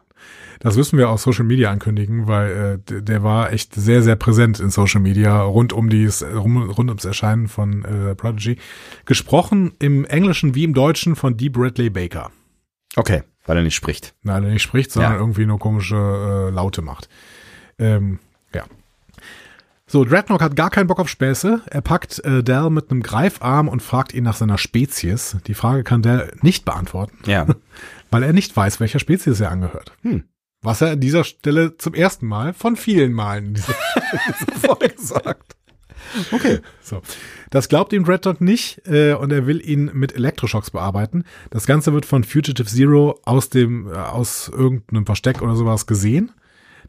Das müssen wir auf Social Media ankündigen, weil äh, d- der war echt sehr, sehr präsent in Social Media rund um dies, rum, rund ums Erscheinen von äh, Prodigy. Gesprochen im Englischen wie im Deutschen von D. Bradley Baker. Okay, weil er nicht spricht. Nein, der nicht spricht, sondern Ja. irgendwie nur komische äh, Laute macht. Ähm, ja. So, Dreadnought hat gar keinen Bock auf Späße. Er packt äh, Dell mit einem Greifarm und fragt ihn nach seiner Spezies. Die Frage kann Dell nicht beantworten, Ja. weil er nicht weiß, welcher Spezies er angehört. Hm. Was er an dieser Stelle zum ersten Mal von vielen Malen in dieser, dieser Folge sagt. Okay. So. Das glaubt ihm Red Dog nicht äh, und er will ihn mit Elektroschocks bearbeiten. Das Ganze wird von Fugitive Zero aus dem äh, aus irgendeinem Versteck oder sowas gesehen,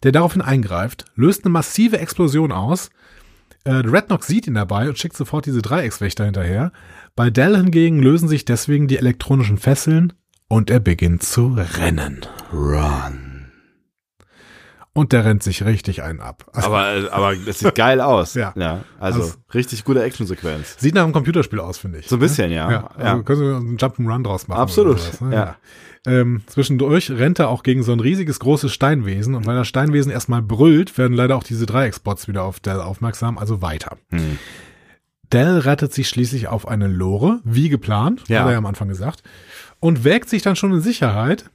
der daraufhin eingreift, löst eine massive Explosion aus. Äh, Rednock sieht ihn dabei und schickt sofort diese Dreieckswächter hinterher. Bei Dell hingegen lösen sich deswegen die elektronischen Fesseln und er beginnt zu rennen. Run. Und der rennt sich richtig einen ab. Also Aber, aber das sieht geil aus. Ja. also, Also- richtig gute Actionsequenz. Sieht nach einem Computerspiel aus, finde ich. So ein bisschen, ja. ja, also Ja. können wir einen Jump'n'Run draus machen. Absolut, oder sowas, ne? ja. Ähm, zwischendurch rennt er auch gegen so ein riesiges, großes Steinwesen. Und weil das Steinwesen erstmal brüllt, werden leider auch diese Dreieckspots wieder auf Dell aufmerksam, also weiter. Hm. Dell rettet sich schließlich auf eine Lore, wie geplant, Ja. hat er ja am Anfang gesagt, und wägt sich dann schon in Sicherheit.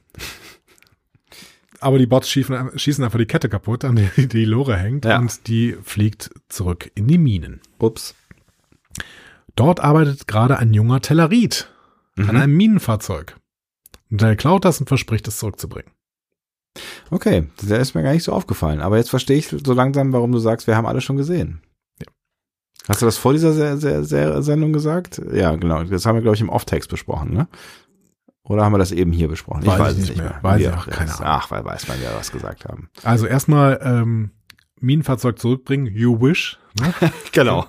Aber die Bots schießen, schießen einfach die Kette kaputt, an der die Lore hängt, Ja. und die fliegt zurück in die Minen. Ups. Dort arbeitet gerade ein junger Tellerit Mhm. an einem Minenfahrzeug. Und er klaut das und verspricht es zurückzubringen. Okay, der ist mir gar nicht so aufgefallen. Aber jetzt verstehe ich so langsam, warum du sagst, wir haben alle schon gesehen. Hast du das vor dieser Se Se Se Sendung gesagt? Ja, genau. Das haben wir, glaube ich, im Off-Text besprochen, ne? Oder haben wir das eben hier besprochen? Weiß ich nicht mehr. Weiß Wir- ich auch, keine Ahnung. Ach, weil weiß man ja, was gesagt haben. Also erstmal ähm, Minenfahrzeug zurückbringen, you wish. Ne? Genau.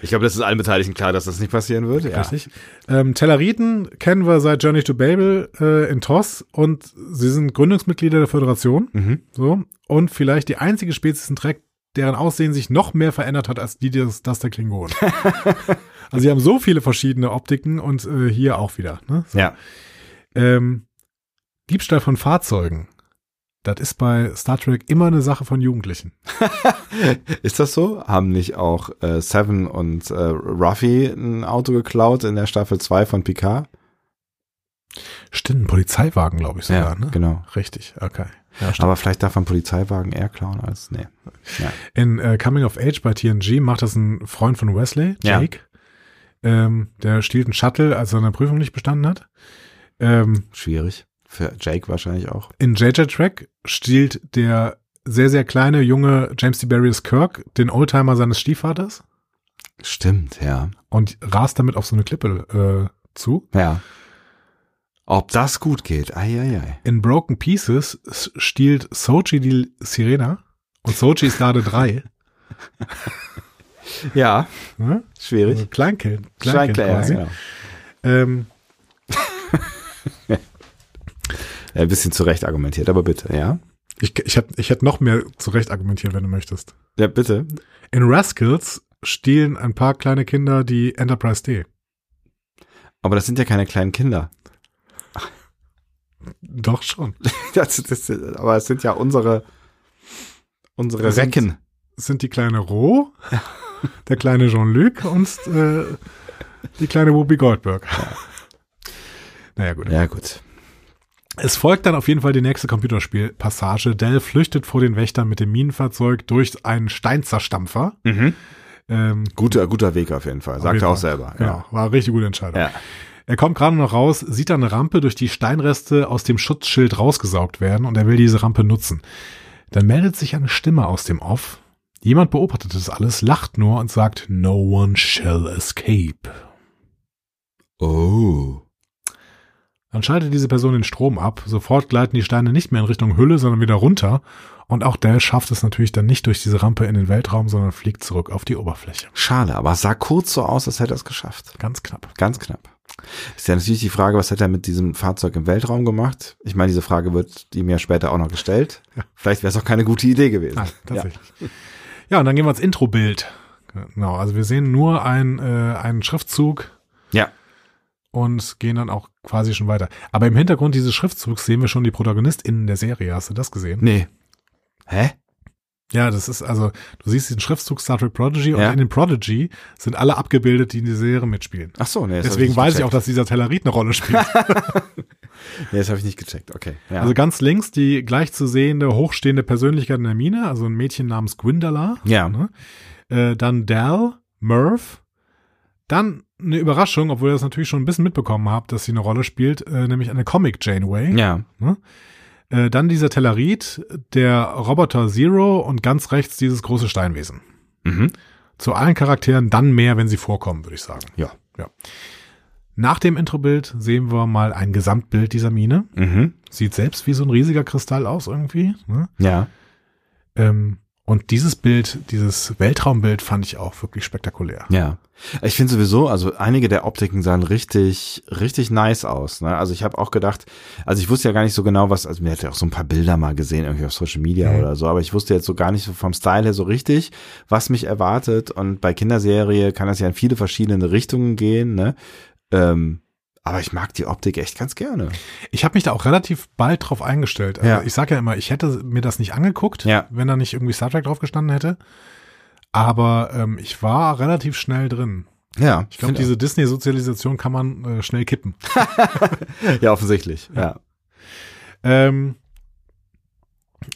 Ich glaube, das ist allen Beteiligten klar, dass das nicht passieren wird. Ja. Richtig. Ähm, Telleriten kennen wir seit Journey to Babel äh, in TOS und sie sind Gründungsmitglieder der Föderation. Mhm. So. Und vielleicht die einzige Spezies in Trek, deren Aussehen sich noch mehr verändert hat als die des, das der Klingonen. also sie haben so viele verschiedene Optiken und äh, hier auch wieder. Ne? So. Ja. Ähm, Diebstahl von Fahrzeugen. Das ist bei Star Trek immer eine Sache von Jugendlichen. Ist das so? Haben nicht auch äh, Seven und äh, Ruffy ein Auto geklaut in der Staffel 2 von Picard? Stimmt, ein Polizeiwagen, glaube ich sogar. ne? genau. Richtig, okay. Ja, stimmt. Aber vielleicht darf man Polizeiwagen eher klauen als, nee. In äh, Coming of Age bei TNG macht das ein Freund von Wesley, Ja. Jake. Ähm, der stiehlt einen Shuttle, als er in der Prüfung nicht bestanden hat. Ähm, Schwierig. Für Jake wahrscheinlich auch. in JJ Track stiehlt der sehr, sehr kleine, junge James Tiberius Kirk den Oldtimer seines Stiefvaters Stimmt, ja. und rast damit auf so eine Klippe äh, zu. Ja. Ob das gut geht? Eieiei. In Broken Pieces s- stiehlt Sochi die Sirena und Sochi ist Lade 3. Ja, Ne? Also schwierig. Kleinkind. Kleinkind Schleinkler, ja, quasi. genau. Ähm, ja, ein bisschen zurecht argumentiert, aber bitte, ja? ich ich hätte ich hätt noch mehr zurecht argumentiert, wenn du möchtest. Ja, bitte. In Rascals stehlen ein paar kleine Kinder die Enterprise D. Aber das sind ja keine kleinen Kinder. Doch schon. Das, das, aber es sind ja unsere, unsere Sind- Recken. Es sind die kleine Ro, der kleine Jean-Luc und äh, die kleine Whoopi Goldberg. Naja, gut. Ja, gut. Es folgt dann auf jeden Fall die nächste Computerspielpassage. Dell flüchtet vor den Wächtern mit dem Minenfahrzeug durch einen Steinzerstampfer. Mhm. Ähm, Guter, guter Weg auf jeden Fall. Sagt jeden er auch Fall. selber. genau, war eine richtig gute Entscheidung. Ja. Er kommt gerade noch raus, sieht dann eine Rampe, durch die Steinreste aus dem Schutzschild rausgesaugt werden und er will diese Rampe nutzen. Dann meldet sich eine Stimme aus dem Off. Jemand beobachtet das alles, lacht nur und sagt, no one shall escape. Oh. Dann schaltet diese Person den Strom ab. Sofort gleiten die Steine nicht mehr in Richtung Hülle, sondern wieder runter. Und auch Dell schafft es natürlich dann nicht durch diese Rampe in den Weltraum, sondern fliegt zurück auf die Oberfläche. Schade, aber es sah kurz so aus, als hätte er es geschafft. Ganz knapp. Ganz knapp. Ist ja natürlich die Frage, was hat er mit diesem Fahrzeug im Weltraum gemacht? Ich meine, diese Frage wird ihm ja später auch noch gestellt. Vielleicht wäre es auch keine gute Idee gewesen. Ah, tatsächlich. Ja. und dann gehen wir ins Intro-Bild. Genau, also wir sehen nur ein, äh, einen Schriftzug Ja. und gehen dann auch quasi schon weiter. Aber im Hintergrund dieses Schriftzugs sehen wir schon die ProtagonistInnen der Serie. Hast du das gesehen? Nee. Hä? Ja, das ist also, du siehst den Schriftzug Star Trek Prodigy Ja. und in dem Prodigy sind alle abgebildet, die in der Serie mitspielen. Ach so, nee. das hab Deswegen nicht weiß ich auch, gecheckt. dass dieser Tellerit eine Rolle spielt. Nee, das habe ich nicht gecheckt. Okay. Ja. Also ganz links die gleich zu sehende, hochstehende Persönlichkeit in der Mine, also ein Mädchen namens Gwindala. ja. ne? Äh, dann Dal, Murph. Dann eine Überraschung, obwohl ihr das natürlich schon ein bisschen mitbekommen habt, dass sie eine Rolle spielt, äh, nämlich eine Comic Janeway. Ja. Äh, dann dieser Tellerit, der Roboter Zero und ganz rechts dieses große Steinwesen. Mhm. Zu allen Charakteren dann mehr, wenn sie vorkommen, würde ich sagen. Ja. Nach dem Introbild sehen wir mal ein Gesamtbild dieser Mine. Mhm. Sieht selbst wie so ein riesiger Kristall aus irgendwie. Ne? Ja. Ähm, und dieses Bild, dieses Weltraumbild fand ich auch wirklich spektakulär. Ja. Ich finde sowieso, also einige der Optiken sahen richtig, richtig nice aus. Ne? Also ich habe auch gedacht, also ich wusste ja gar nicht so genau, was, also mir hat ja auch so ein paar Bilder mal gesehen, irgendwie auf Social Media Mhm. oder so, aber ich wusste jetzt so gar nicht so vom Style her so richtig, was mich erwartet. Und bei Kinderserie kann das ja in viele verschiedene Richtungen gehen, ne? Ähm, aber ich mag die Optik echt ganz gerne. Ich habe mich da auch relativ bald drauf eingestellt. Also Ja. Ich sage ja immer, ich hätte mir das nicht angeguckt, Ja. wenn da nicht irgendwie Star Trek drauf gestanden hätte. Aber ähm, ich war relativ schnell drin. Ja, Ich glaube, find diese Disney-Sozialisation kann man äh, schnell kippen. auch. ja offensichtlich. Ja. Ähm,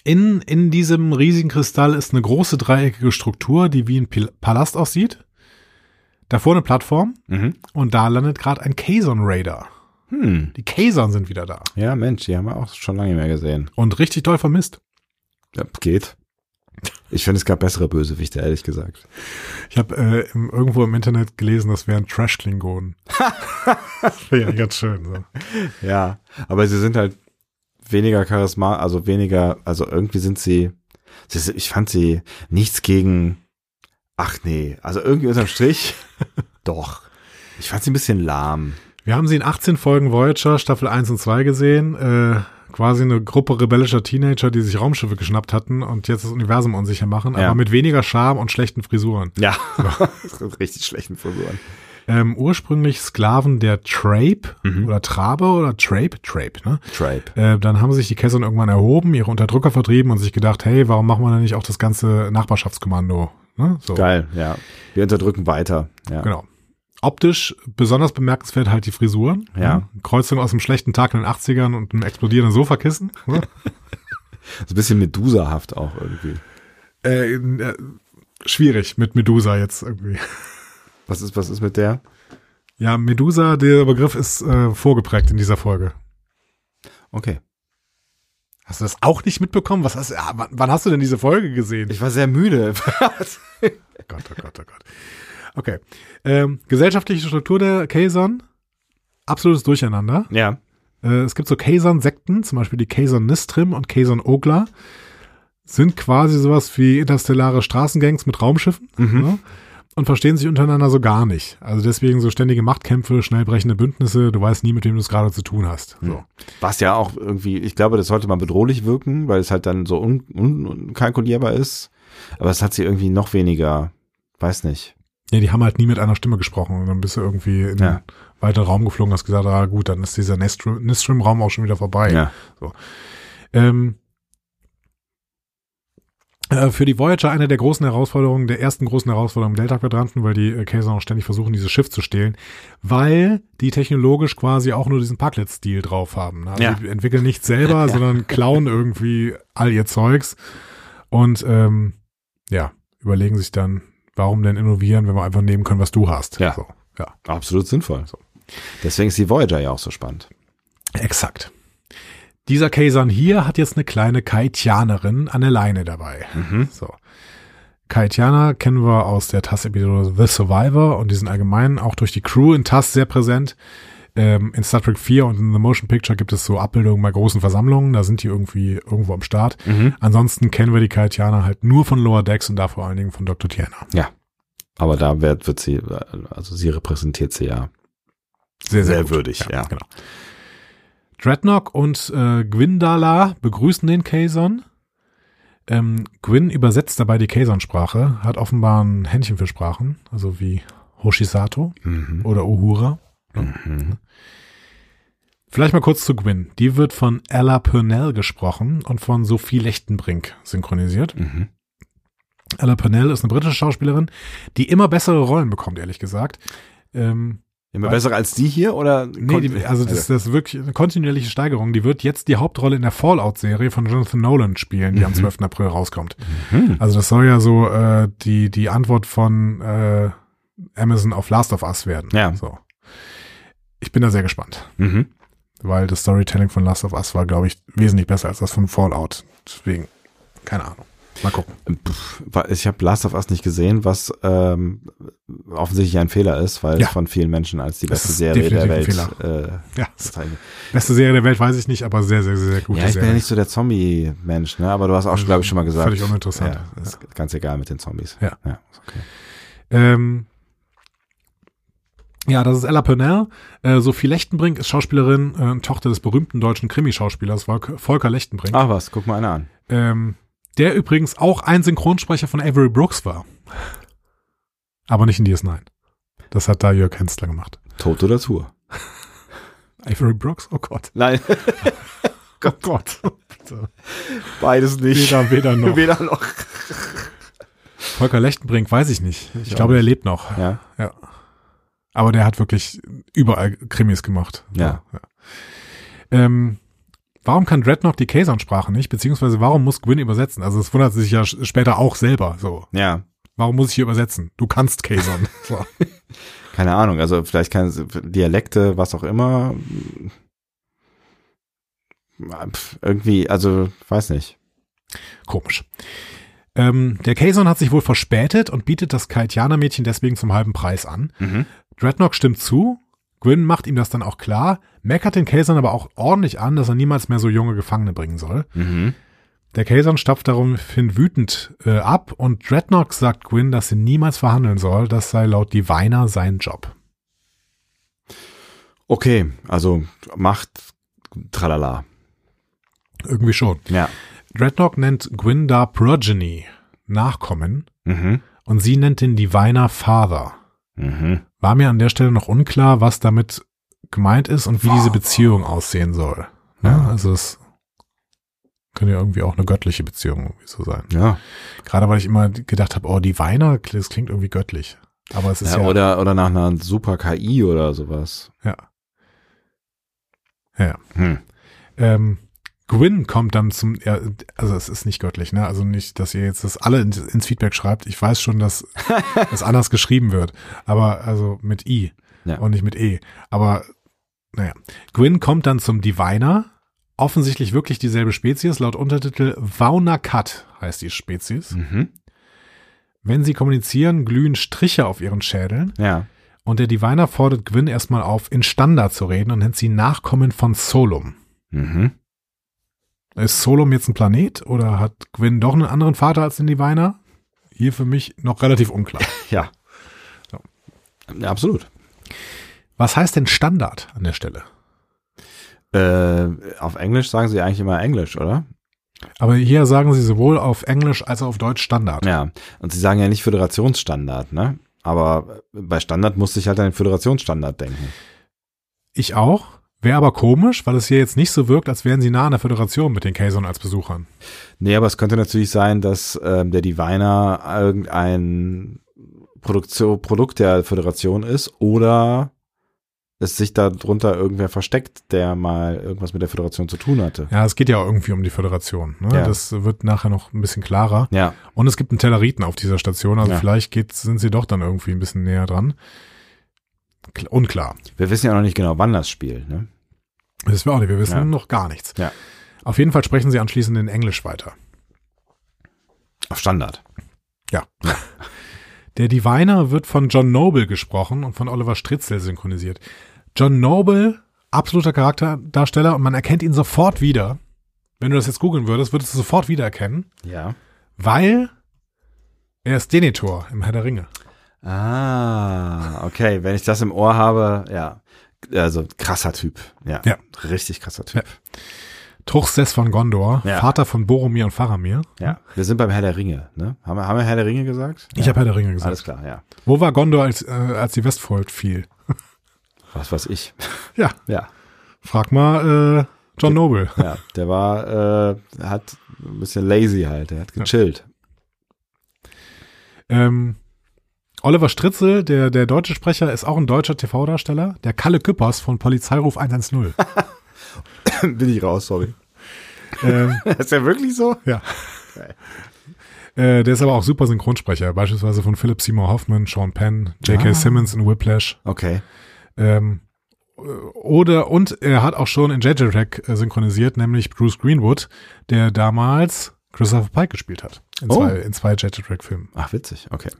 in, in diesem riesigen Kristall ist eine große dreieckige Struktur, die wie ein Pil Palast aussieht. Davor eine Plattform Mhm. und da landet gerade ein Kazon Raider. Hm. Die Kazon sind wieder da Ja, Mensch, die haben wir auch schon lange nicht mehr gesehen. und richtig doll vermisst. Ja, geht. Ich finde, es gab bessere Bösewichte, ehrlich gesagt. Ich habe äh, im- irgendwo im Internet gelesen, das wären Trash-Klingonen. ja, ganz schön. So. Ja, aber sie sind halt weniger charisma, also weniger, also irgendwie sind sie, sie sind, ich fand sie nichts gegen, ach nee, also irgendwie unterm Strich, doch. Ich fand sie ein bisschen lahm. Wir haben sie in 18 Folgen Voyager, Staffel 1 und 2 gesehen. Äh, quasi eine Gruppe rebellischer Teenager, die sich Raumschiffe geschnappt hatten und jetzt das Universum unsicher machen, Ja. aber mit weniger Charme und schlechten Frisuren. Ja, richtig schlechten Frisuren. Ähm, ursprünglich Sklaven der Trape oder Trabe oder Trape? Trape, ne? Tribe. Äh, dann haben sich die Kesson irgendwann erhoben, ihre Unterdrücker vertrieben und sich gedacht, hey, warum machen wir denn nicht auch das ganze Nachbarschaftskommando? Ne? So. Geil, ja. Wir unterdrücken weiter. Ja. Genau. Optisch besonders bemerkenswert halt die Frisuren. Ja. Hm? Kreuzung aus einem schlechten Tag in den 80ern und einem explodierenden Sofakissen. ne? So ein bisschen Medusa-haft auch irgendwie. äh, äh, schwierig mit Medusa jetzt irgendwie. Was ist, was ist mit der? Ja, Medusa, der Begriff ist äh, vorgeprägt in dieser Folge. Okay. Hast du das auch nicht mitbekommen? Was hast, ah, wann, wann hast du denn diese Folge gesehen? Ich war sehr müde. Gott, oh Gott, oh Gott. Okay. Ähm, gesellschaftliche Struktur der Kaisan. Absolutes Durcheinander. ja. Äh, es gibt so Kaisan-Sekten, zum Beispiel die Kaisan Nistrim und Kaisan Ogla. Sind quasi sowas wie interstellare Straßengangs mit Raumschiffen. Ne? Und verstehen sich untereinander so gar nicht. Also deswegen so ständige Machtkämpfe, schnell brechende Bündnisse. Du weißt nie, mit wem du es gerade zu tun hast. So. Was ja auch irgendwie, ich glaube, das sollte mal bedrohlich wirken, weil es halt dann so un- un- unkalkulierbar ist. Aber es hat sie irgendwie noch weniger, weiß nicht. Ja, die haben halt nie mit einer Stimme gesprochen. Und dann bist du irgendwie in Ja. einen weiteren Raum geflogen, hast gesagt, ah gut, dann ist dieser Nistrim- Nistrim-Raum auch schon wieder vorbei. Ähm, äh, für die Voyager eine der großen Herausforderungen, der ersten großen Herausforderung im Delta-Quadranten, weil die äh, Kaiser auch ständig versuchen, dieses Schiff zu stehlen, weil die technologisch quasi auch nur diesen Parklet-Stil drauf haben. ne? Also Ja. Die entwickeln nichts selber, sondern klauen irgendwie all ihr Zeugs und ähm, ja, überlegen sich dann, warum denn innovieren, wenn wir einfach nehmen können, was du hast. Ja. So, ja. absolut sinnvoll. Deswegen ist die Voyager ja auch so spannend. Exakt. Dieser Kaisan hier hat jetzt eine kleine Kaitianerin an der Leine dabei. So. Kaitianer kennen wir aus der TAS-Episode The Survivor und die sind allgemein auch durch die Crew in TAS sehr präsent. Ähm, in Star Trek 4 und in The Motion Picture gibt es so Abbildungen bei großen Versammlungen, da sind die irgendwie irgendwo am Start. Ansonsten kennen wir die Kaitianer halt nur von Lower Decks und da vor allen Dingen von Dr. Tiana. Ja. Aber da wird, wird sie, also sie repräsentiert sie ja Sehr, sehr, Sehr gut. würdig, ja. Genau. Dreadnought und äh, Gwyndala begrüßen den Kazon. Ähm, Gwyn übersetzt dabei die Kazon-Sprache, hat offenbar ein Händchen für Sprachen, also wie Hoshisato Mhm. oder Uhura. Vielleicht mal kurz zu Gwyn. Die wird von Ella Purnell gesprochen und von Sophie Lechtenbrink synchronisiert. Mhm. Ella Purnell ist eine britische Schauspielerin, die immer bessere Rollen bekommt, ehrlich gesagt. Ähm, Immer besser als die hier oder? Nee, die, also das, das ist wirklich eine kontinuierliche Steigerung. Die wird jetzt die Hauptrolle in der Fallout-Serie von Jonathan Nolan spielen, die am Mhm. 12. April rauskommt. hm, Also das soll ja so äh, die, die Antwort von äh, Amazon auf Last of Us werden. Ja. So. Ich bin da sehr gespannt, Mhm. weil das Storytelling von Last of Us war, glaube ich, wesentlich besser als das von Fallout. Deswegen, keine Ahnung. Mal gucken. Pff, Ich habe Last of Us nicht gesehen, was ähm, offensichtlich ein Fehler ist, weil Ja. von vielen Menschen als die Das beste ist Serie der Welt definitiv ein äh, Ja, bezeichnet. beste Serie der Welt weiß ich nicht, aber sehr, sehr, sehr, sehr gute Ja, ich bin Serie. ja nicht so der Zombie-Mensch, ne? aber du hast auch, glaube ich, schon mal gesagt. Völlig uninteressant. Ja, ist ganz egal mit den Zombies. Ja. ja ist okay. Ähm, ja, das ist Ella Purnell. Äh, Sophie Lechtenbrink ist Schauspielerin, äh, Tochter des berühmten deutschen Krimischauspielers Volk- Volker Lechtenbrink. Ach was, guck mal einer an. Ähm, der übrigens auch ein Synchronsprecher von Avery Brooks war. Aber nicht in DS9. Das hat da Jörg Hensler gemacht. Tot oder Tour? Avery Brooks? Oh Gott. Nein, Oh Gott. beides nicht. Weder, weder noch. Weder noch. Volker Lechtenbrink, weiß ich nicht. Ich, auch glaube, nicht. er lebt noch. Ja. Ja. Aber der hat wirklich überall Krimis gemacht. Ja. Ähm, warum kann Dreadnought die Kazan-Sprache nicht? Beziehungsweise warum muss Gwyn übersetzen? Also es wundert sich ja sch- später auch selber so. Ja. Warum muss ich hier übersetzen? Du kannst Kazan. so. Keine Ahnung, also vielleicht keine Dialekte, was auch immer. Pff, Irgendwie, also, weiß nicht. Komisch. Ähm, der Kazon hat sich wohl verspätet und bietet das Kaitianer-Mädchen deswegen zum halben Preis an. Dreadnought stimmt zu. Gwyn macht ihm das dann auch klar, meckert den Kazan aber auch ordentlich an, dass er niemals mehr so junge Gefangene bringen soll. Mhm. Der Kaiser stapft daraufhin wütend äh, ab und Dreadnought sagt Gwyn, dass sie niemals verhandeln soll. Das sei laut Diviner sein Job. Okay, also macht tralala. Irgendwie schon. Ja. Dreadnought nennt Gwyn da Progeny, Nachkommen, Mhm. und sie nennt den Diviner Father. Mhm. War mir an der Stelle noch unklar, was damit gemeint ist und wie diese Beziehung aussehen soll. Ne? Ja. Also es könnte ja irgendwie auch eine göttliche Beziehung irgendwie so sein. Ja. Gerade weil ich immer gedacht habe, oh, Diviner, das klingt irgendwie göttlich. Aber es ist ja. ja Oder, oder nach einer super KI oder sowas. Ja. Ja. Hm. Ähm, Gwyn kommt dann zum, ja, also es ist nicht göttlich, ne? Also nicht, dass ihr jetzt das alle ins, ins Feedback schreibt. Ich weiß schon, dass es anders geschrieben wird, aber also mit I Ja. und nicht mit E. Aber naja, Gwyn kommt dann zum Diviner. Offensichtlich wirklich dieselbe Spezies. Laut Untertitel Vauna Cat heißt die Spezies. Mhm. Wenn sie kommunizieren, glühen Striche auf ihren Schädeln. Ja. Und der Diviner fordert Gwyn erstmal auf, in Standard zu reden und nennt sie Nachkommen von Solum. Mhm. Ist Solom jetzt ein Planet oder hat Gwyn doch einen anderen Vater als den Diviner? Hier für mich noch relativ unklar. Ja. ja. Absolut. Was heißt denn Standard an der Stelle? Äh, auf Englisch sagen sie eigentlich immer Englisch, oder? Aber hier sagen sie sowohl auf Englisch als auch auf Deutsch Standard. Ja, und sie sagen ja nicht Föderationsstandard, ne? Aber bei Standard musste ich halt an den Föderationsstandard denken. Ich auch. Wäre aber komisch, weil es hier jetzt nicht so wirkt, als wären sie nah an der Föderation mit den Kazon als Besuchern. Nee, aber es könnte natürlich sein, dass ähm, der Diviner irgendein Produktion, Produkt der Föderation ist oder es sich darunter irgendwer versteckt, der mal irgendwas mit der Föderation zu tun hatte. Ja, es geht ja auch irgendwie um die Föderation. Ne? Ja. Das wird nachher noch ein bisschen klarer. Ja, Und es gibt einen Telleriten auf dieser Station, also Ja. vielleicht geht, sind sie doch dann irgendwie ein bisschen näher dran. Kl- Unklar. wir wissen ja noch nicht genau, wann das spielt, ne? Das wissen wir auch nicht. Wir wissen Ja. noch gar nichts. Ja. Auf jeden Fall sprechen sie anschließend in Englisch weiter. Auf Standard. Der Diviner wird von John Noble gesprochen und von Oliver Stritzel synchronisiert. John Noble, absoluter Charakterdarsteller und man erkennt ihn sofort wieder. Wenn du das jetzt googeln würdest, würdest du sofort wiedererkennen, Ja. weil er ist Denethor im Herr der Ringe. Ah, okay, wenn ich das im Ohr habe, ja. also krasser Typ. Ja. Ja. Richtig krasser Typ. Tuchses von Gondor, Ja. Vater von Boromir und Faramir. Ja. Wir sind beim Herr der Ringe, ne? Haben wir, haben wir Herr der Ringe gesagt? Ich habe Herr der Ringe gesagt. Alles klar, ja. Wo war Gondor, als, äh, als die Westfold fiel? Was weiß ich. Ja, Ja. frag mal äh, John Noble. Ja. Der war, äh, hat ein bisschen lazy halt. Der hat gechillt. Ähm, Oliver Stritzel, der, der deutsche Sprecher, ist auch ein deutscher TV-Darsteller. Der Kalle Küppers von Polizeiruf 110. Bin ich raus, sorry. ähm, Ist ja wirklich so? ja. Äh, der ist aber auch super Synchronsprecher, beispielsweise von Philip Seymour Hoffman, Sean Penn, J.K. Ah. Simmons in Whiplash. Okay. Ähm, äh, oder, und er hat auch schon in JJ Rack äh, synchronisiert, nämlich Bruce Greenwood, der damals Christopher Pike gespielt hat. In Oh. zwei, in zwei JJ Rack-Filmen. Ach, witzig. Okay.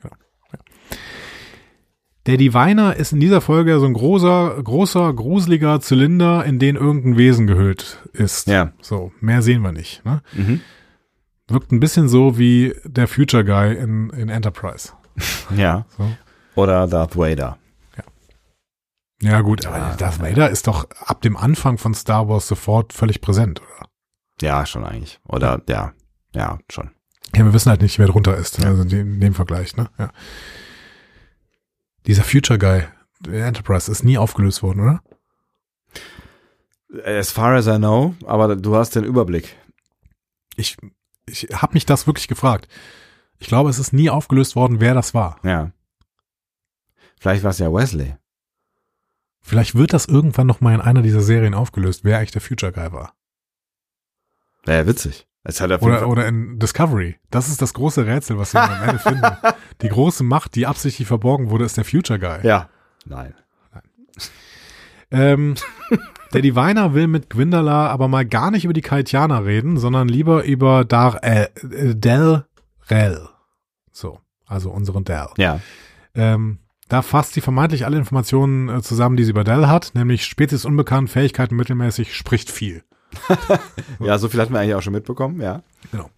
Der Diviner ist in dieser Folge so ein großer, großer, gruseliger Zylinder, in den irgendein Wesen gehüllt ist. Ja. So, mehr sehen wir nicht. Ne? Mhm. Wirkt ein bisschen so wie der Future Guy in, in Enterprise. Ja. So. Oder Darth Vader. Ja gut, aber Ah. Darth Vader ist doch ab dem Anfang von Star Wars sofort völlig präsent, oder? Ja, schon eigentlich. Oder, ja. Ja, schon. Ja, wir wissen halt nicht, wer drunter ist, Ja. also in dem, in dem Vergleich. Ne? Ja. Dieser Future Guy in Enterprise ist nie aufgelöst worden, oder? As far as I know, aber du hast den Überblick. Ich, ich habe mich das wirklich gefragt. Ich glaube, es ist nie aufgelöst worden, wer das war. Ja. Vielleicht war es ja Wesley. Vielleicht wird das irgendwann noch mal in einer dieser Serien aufgelöst, wer eigentlich der Future Guy war. Wäre ja witzig. Es hat auf jeden Oder, Fall- oder in Discovery. Das ist das große Rätsel, was wir am Ende finden. Die große Macht, die absichtlich verborgen wurde, ist der Future Guy. ja. Nein. Ähm, der Diviner will mit Gwindala aber mal gar nicht über die Kaitianer reden, sondern lieber über Dar äh, äh, Del Rel. So, also unseren Del. Ja. Ähm, da fasst sie vermeintlich alle Informationen äh, zusammen, die sie über Del hat, nämlich Spezies unbekannt, Fähigkeiten mittelmäßig, spricht viel. Ja, so viel hatten wir eigentlich auch schon mitbekommen, ja. Genau.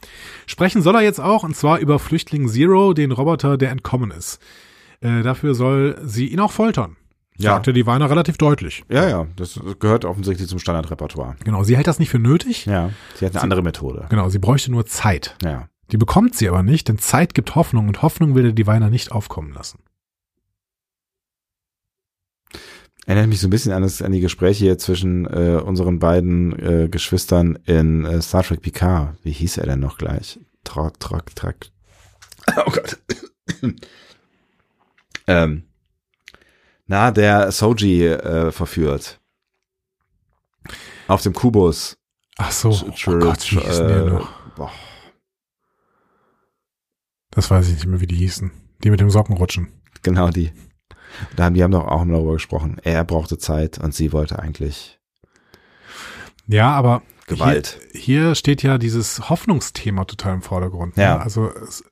Sprechen soll er jetzt auch, und zwar über Flüchtling Zero, den Roboter, der entkommen ist. Äh, dafür soll sie ihn auch foltern. Ja. Sagte die Weiner relativ deutlich. Ja, ja. Das gehört offensichtlich zum Standardrepertoire. Genau, sie hält das nicht für nötig. Ja. Sie hat eine andere Methode. Genau, sie bräuchte nur Zeit. Ja. Die bekommt sie aber nicht, denn Zeit gibt Hoffnung und Hoffnung will der Diviner nicht aufkommen lassen. Erinnert mich so ein bisschen an, das, an die Gespräche hier zwischen äh, unseren beiden äh, Geschwistern in äh, Star Trek Picard. Wie hieß er denn noch gleich? Trock, trock, trock. Oh Gott. ähm, na, der Soji äh, verführt. Auf dem Kubus. Ach so, oh Tr- Gott, wie hießen die äh, denn noch? boah. Das weiß ich nicht mehr, wie die hießen. Die mit dem Sockenrutschen. Genau die. Da haben, die haben doch auch mal darüber gesprochen. Er brauchte Zeit und sie wollte eigentlich Ja, aber Gewalt. Hier, hier steht ja dieses Hoffnungsthema total im Vordergrund. ne? Ja. Also es,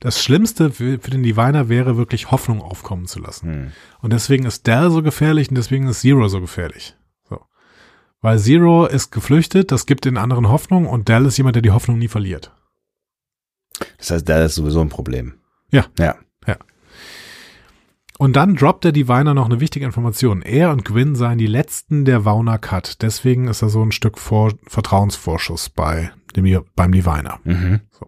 das Schlimmste für, für den Diviner wäre wirklich Hoffnung aufkommen zu lassen. Hm. Und deswegen ist Dell so gefährlich und deswegen ist Zero so gefährlich. So. Weil Zero ist geflüchtet, das gibt den anderen Hoffnung und Dell ist jemand, der die Hoffnung nie verliert. Das heißt, da ist sowieso ein Problem. Ja. Ja. Und dann droppt der Diviner noch eine wichtige Information. Er und Gwyn seien die letzten der Wauner Cut. Deswegen ist da so ein Stück Vor Vertrauensvorschuss bei dem, beim Diviner. Mhm. So.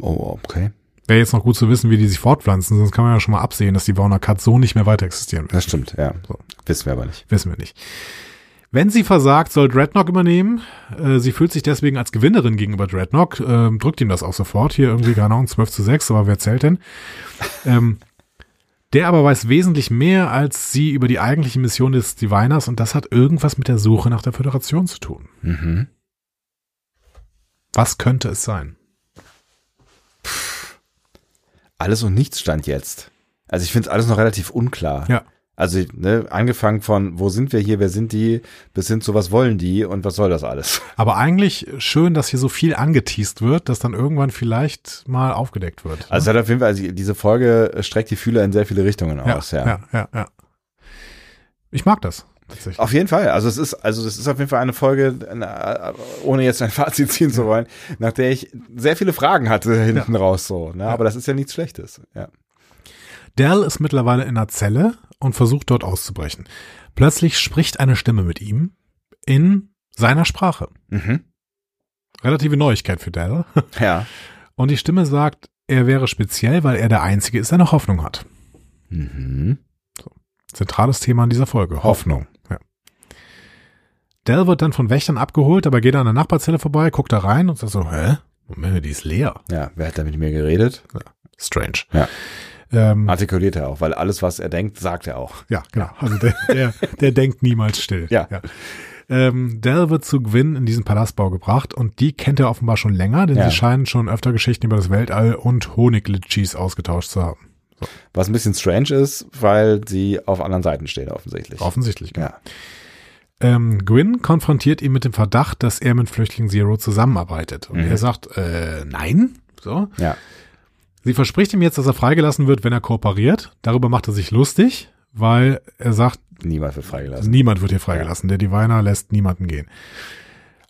Oh, okay. Wäre jetzt noch gut zu wissen, wie die sich fortpflanzen, sonst kann man ja schon mal absehen, dass die Wauner Cut so nicht mehr weiter existieren wird. Das stimmt, ja. So. Wissen wir aber nicht. Wissen wir nicht. Wenn sie versagt, soll Dreadnought übernehmen. Äh, sie fühlt sich deswegen als Gewinnerin gegenüber Dreadnought. Ähm, drückt ihm das auch sofort. Hier irgendwie, keine Ahnung, 12 zu 6, aber wer zählt denn? Ähm, der aber weiß wesentlich mehr als sie über die eigentliche Mission des Diviners und das hat irgendwas mit der Suche nach der Föderation zu tun. Mhm. Was könnte es sein? Alles und nichts stand jetzt. Also ich finde es alles noch relativ unklar. Ja. Also, ne, angefangen von, wo sind wir hier, wer sind die, bis hin zu, was wollen die und was soll das alles? Aber eigentlich schön, dass hier so viel angeteased wird, dass dann irgendwann vielleicht mal aufgedeckt wird. Also, es hat auf jeden Fall, also diese Folge streckt die Fühler in sehr viele Richtungen aus, ja. ja, ja, ja. Ich mag das tatsächlich. Auf jeden Fall. Also es ist, also es ist auf jeden Fall eine Folge, na, ohne jetzt ein Fazit ziehen zu wollen, nach der ich sehr viele Fragen hatte hinten raus so. Ne? Aber das ist ja nichts Schlechtes. Ja. Dell ist mittlerweile in einer Zelle und versucht dort auszubrechen. Plötzlich spricht eine Stimme mit ihm in seiner Sprache. Mhm. Relative Neuigkeit für Dell. Ja. Und die Stimme sagt, er wäre speziell, weil er der Einzige ist, der noch Hoffnung hat. Mhm. Zentrales Thema in dieser Oh. Folge. Hoffnung. Ja. Dell wird dann von Wächtern abgeholt, aber geht an der Nachbarzelle vorbei, guckt da rein und sagt so, hä? Moment, die ist leer. Ja, wer hat da mit mir geredet? Strange. Ja. Ähm, Artikuliert er auch, weil alles, was er denkt, sagt er auch. ja, genau. Also der, der, der denkt niemals still. Ja. Ähm, Dell wird zu Gwyn in diesen Palastbau gebracht und die kennt er offenbar schon länger, denn Ja. sie scheinen schon öfter Geschichten über das Weltall und Honiglitschis ausgetauscht zu haben. Was ein bisschen strange ist, weil sie auf anderen Seiten stehen, offensichtlich. Offensichtlich. genau. ja. Ähm, Gwyn konfrontiert ihn mit dem Verdacht, dass er mit Flüchtling Zero zusammenarbeitet. Und Mhm. er sagt, äh, nein. So. ja. Sie verspricht ihm jetzt, dass er freigelassen wird, wenn er kooperiert. Darüber macht er sich lustig, weil er sagt, Niemand wird freigelassen. Also niemand wird hier freigelassen. Der Diviner lässt niemanden gehen.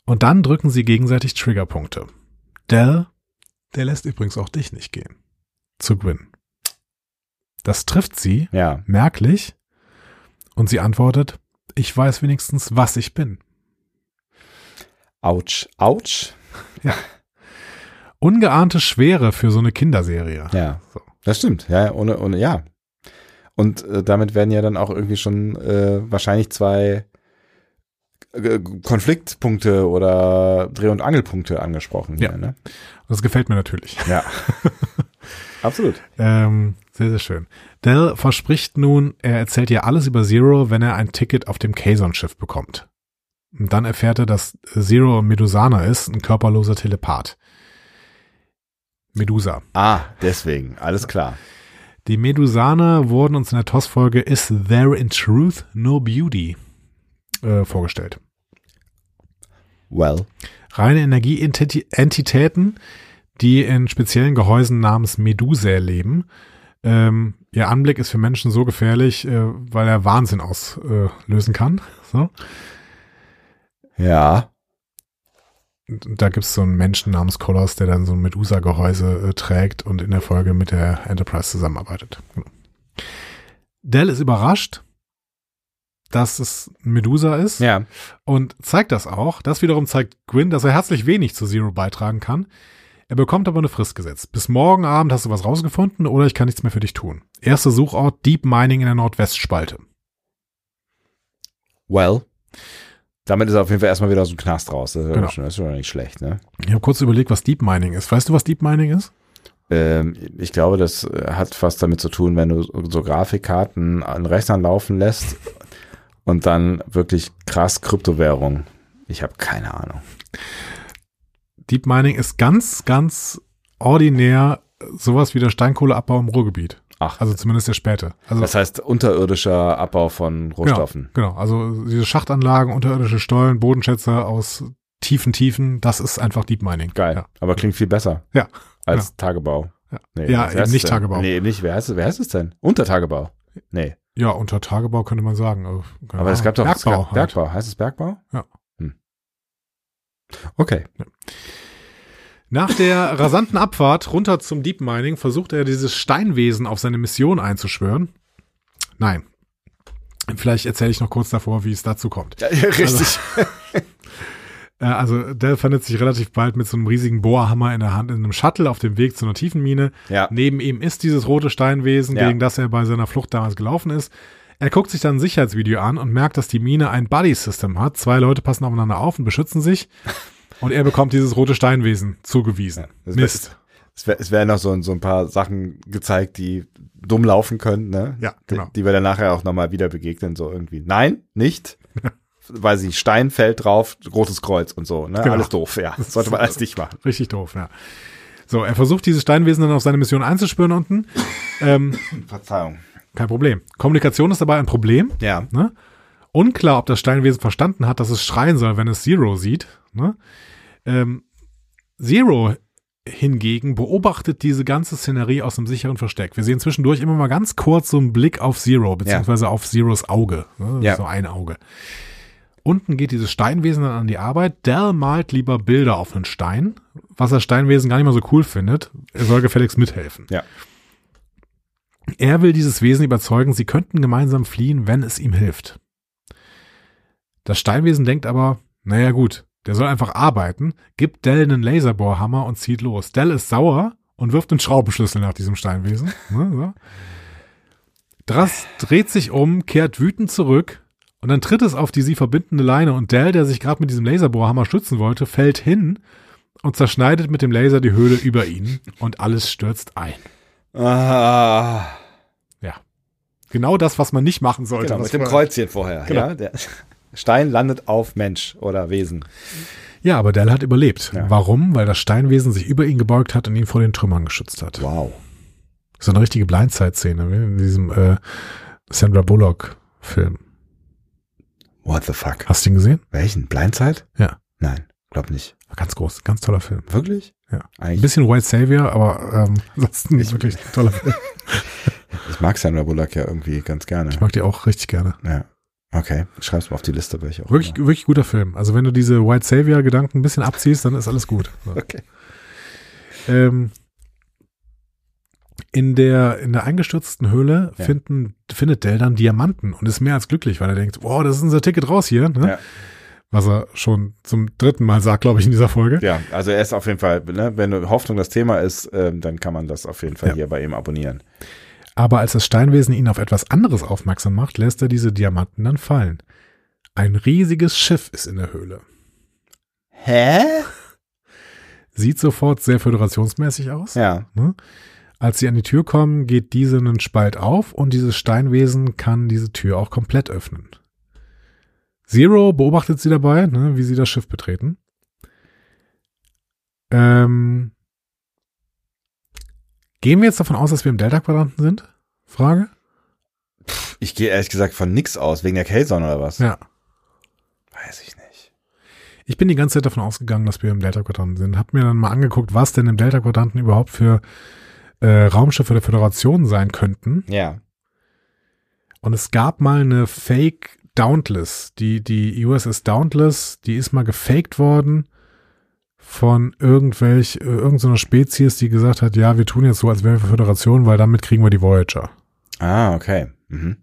Und dann drücken sie gegenseitig Triggerpunkte. Dell, der lässt übrigens auch dich nicht gehen. Zu Gwyn. Das trifft sie Ja. merklich und sie antwortet, ich weiß wenigstens, was ich bin. Autsch. Autsch. ungeahnte Schwere für so eine Kinderserie. Ja. So. Das stimmt. Ja, ohne, ohne, ja. Und äh, damit werden ja dann auch irgendwie schon äh, wahrscheinlich zwei äh, Konfliktpunkte oder Dreh- und Angelpunkte angesprochen. Ja. Hier, ne? Das gefällt mir natürlich. ja. Absolut. Ähm, sehr, sehr schön. Dell verspricht nun, er erzählt ihr alles über Zero, wenn er ein Ticket auf dem Kazon-Schiff bekommt. Und dann erfährt er, dass Zero Medusaner ist, ein körperloser Telepath. Medusa. Ah, deswegen. Alles klar. Die Medusaner wurden uns in der TOS-Folge Is There in Truth No Beauty äh, vorgestellt. Well. reine Energieentitäten, die in speziellen Gehäusen namens Medusae leben. Ähm, ihr Anblick ist für Menschen so gefährlich, äh, weil er Wahnsinn auslösen kann. So. Ja. Und da gibt es so einen Menschen namens Kolos, der dann so ein Medusa-Gehäuse äh, trägt und in der Folge mit der Enterprise zusammenarbeitet. Genau. Dell ist überrascht, dass es Medusa ist. Ja. und zeigt das auch. Das wiederum zeigt Gwyn, dass er herzlich wenig zu Zero beitragen kann. Er bekommt aber eine Frist gesetzt. Bis morgen Abend hast du was rausgefunden oder ich kann nichts mehr für dich tun. Erster Suchort Deep Mining in der Nordwestspalte. Well. Damit ist er auf jeden Fall erstmal wieder aus dem Knast raus. Das ist, Genau. genau. schon, das ist schon nicht schlecht, ne? Ich habe kurz überlegt, was Deep Mining ist. Weißt du, was Deep Mining ist? Ähm, ich glaube, das äh, hat was damit zu tun, wenn du so Grafikkarten an Rechnern laufen lässt und dann wirklich krass Kryptowährung. Ich habe keine Ahnung. Deep Mining ist ganz, ganz ordinär sowas wie der Steinkohleabbau im Ruhrgebiet. Ach, Also zumindest der späte. Also das heißt unterirdischer Abbau von Rohstoffen. Genau, genau. Also diese Schachtanlagen, unterirdische Stollen, Bodenschätze aus tiefen Tiefen, das ist einfach Deep Mining. Geil, Ja. aber klingt viel besser Ja. als Tagebau. Ja. Nee, Ja, was eben heißt nicht es denn? Tagebau. Nee, eben nicht. Wer heißt, es- wer heißt es denn? Untertagebau. Nee, Ja, unter Tagebau könnte man sagen. Also, keine aber es Ahnung. gab doch es Bergbau. gab, halt. Bergbau. Heißt es Bergbau? Ja. Hm. Okay. Nach der rasanten Abfahrt runter zum Deep Mining versucht er dieses Steinwesen auf seine Mission einzuschwören. Nein. Vielleicht erzähle ich noch kurz davor, wie es dazu kommt. Ja, ja, richtig. Äh, Also der findet sich relativ bald mit so einem riesigen Bohrhammer in der Hand in einem Shuttle auf dem Weg zu einer Tiefenmine. Ja. Neben ihm ist dieses rote Steinwesen, Ja. gegen das er bei seiner Flucht damals gelaufen ist. Er guckt sich dann ein Sicherheitsvideo an und merkt, dass die Mine ein Buddy-System hat. Zwei Leute passen aufeinander auf und beschützen sich. Und er bekommt dieses rote Steinwesen zugewiesen. das Mist. Es, wär, es werden noch so, so ein paar Sachen gezeigt, die dumm laufen können, ne? Ja, genau. Die, die wir dann nachher auch nochmal wieder begegnen, so irgendwie. Nein, nicht. Weiß ich, nicht, Stein fällt drauf, rotes Kreuz und so, ne? Genau. Alles doof, ja. Sollte man alles nicht machen. Richtig doof, ja. So, er versucht dieses Steinwesen dann auf seine Mission einzuspüren unten. Ähm, Verzeihung. kein Problem. Kommunikation ist dabei ein Problem. Ja. Ne? Unklar, ob das Steinwesen verstanden hat, dass es schreien soll, wenn es Zero sieht. Ne? Ähm, Zero hingegen beobachtet diese ganze Szenerie aus einem sicheren Versteck. Wir sehen zwischendurch immer mal ganz kurz so einen Blick auf Zero, beziehungsweise auf Zeros Auge. Ne? Ja. So ein Auge. Unten geht dieses Steinwesen dann an die Arbeit. Dell malt lieber Bilder auf einen Stein, was das Steinwesen gar nicht mal so cool findet. Er soll gefälligst mithelfen. Ja. Er will dieses Wesen überzeugen, sie könnten gemeinsam fliehen, wenn es ihm hilft. Das Steinwesen denkt aber, naja gut, der soll einfach arbeiten, gibt Dell einen Laserbohrhammer und zieht los. Dell ist sauer und wirft einen Schraubenschlüssel nach diesem Steinwesen. Ne, so. Drass dreht sich um, kehrt wütend zurück und dann tritt es auf die sie verbindende Leine und Dell, der sich gerade mit diesem Laserbohrhammer schützen wollte, fällt hin und zerschneidet mit dem Laser die Höhle über ihn und alles stürzt ein. Ah, Ja. Genau das, was man nicht machen sollte. genau, was mit dem vor- Kreuzchen vorher. Genau. Ja, der Stein landet auf Mensch oder Wesen. Ja, aber Dell hat überlebt. Ja. Warum? Weil das Steinwesen sich über ihn gebeugt hat und ihn vor den Trümmern geschützt hat. Wow. So eine richtige Blindzeit-Szene wie in diesem äh, Sandra Bullock-Film. What the fuck? Hast du ihn gesehen? Welchen? Blindzeit? Ja. Nein, glaub nicht. Ganz groß, ganz toller Film. Wirklich? Ja. Ein Eigentlich, bisschen White Savior, aber ähm, ansonsten nicht wirklich ein toller Film. ich mag Sandra Bullock ja irgendwie ganz gerne. Ich mag die auch richtig gerne. Ja. Okay, schreib's mal auf die Liste, welche auch. Wirklich, immer. wirklich guter Film. Also wenn du diese White Savior-Gedanken ein bisschen abziehst, dann ist alles gut. So. Okay. Ähm, in der, in der eingestürzten Höhle Ja. finden, findet Dell dann Diamanten und ist mehr als glücklich, weil er denkt, wow, das ist unser Ticket raus hier, ne? Ja. Was er schon zum dritten Mal sagt, glaube ich, in dieser Folge. Ja, also er ist auf jeden Fall, ne, wenn Hoffnung das Thema ist, ähm, dann kann man das auf jeden Fall Ja. hier bei ihm abonnieren. Aber als das Steinwesen ihn auf etwas anderes aufmerksam macht, lässt er diese Diamanten dann fallen. Ein riesiges Schiff ist in der Höhle. Hä? Sieht sofort sehr föderationsmäßig aus. Ja. Als sie an die Tür kommen, geht diese einen Spalt auf und dieses Steinwesen kann diese Tür auch komplett öffnen. Zero beobachtet sie dabei, ne, wie sie das Schiff betreten. Ähm, gehen wir jetzt davon aus, dass wir im Delta-Quadranten sind? Frage? Ich gehe ehrlich gesagt von nix aus, wegen der K-Zone oder was? Ja. Weiß ich nicht. Ich bin die ganze Zeit davon ausgegangen, dass wir im Delta-Quadranten sind. Hab mir dann mal angeguckt, was denn im Delta-Quadranten überhaupt für äh, Raumschiffe der Föderation sein könnten. Ja. Und es gab mal eine Fake Dauntless, die, die USS Dauntless, die ist mal gefaked worden von irgendwelch, äh, irgendeiner Spezies, die gesagt hat, ja, wir tun jetzt so, als wären wir Föderation, weil damit kriegen wir die Voyager. Ah, okay. Mhm.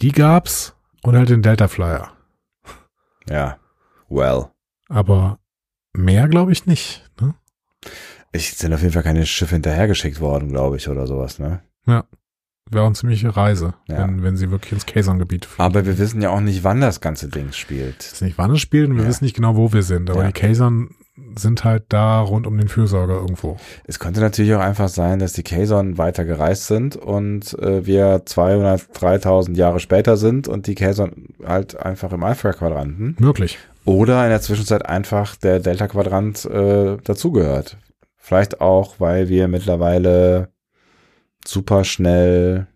Die gab's und halt den Delta Flyer. Ja. Well. Aber mehr glaube ich nicht. Ne? Ich sind auf jeden Fall keine Schiffe hinterhergeschickt worden, glaube ich, oder sowas, ne? Wäre eine ziemliche Reise, Ja. wenn, wenn sie wirklich ins Kazon-Gebiet fliegen. Aber wir wissen ja auch nicht, wann das ganze Ding spielt. ist nicht wann es spielt und wir Ja. wissen nicht genau, wo wir sind. Aber Ja. die Kazon sind halt da rund um den Fürsorger irgendwo. Es könnte natürlich auch einfach sein, dass die Kazon weiter gereist sind und äh, wir 200, 3000 Jahre später sind und die Kazon halt einfach im Alpha-Quadranten Möglich. oder in der Zwischenzeit einfach der Delta-Quadrant äh, dazugehört. Vielleicht auch, weil wir mittlerweile super schnell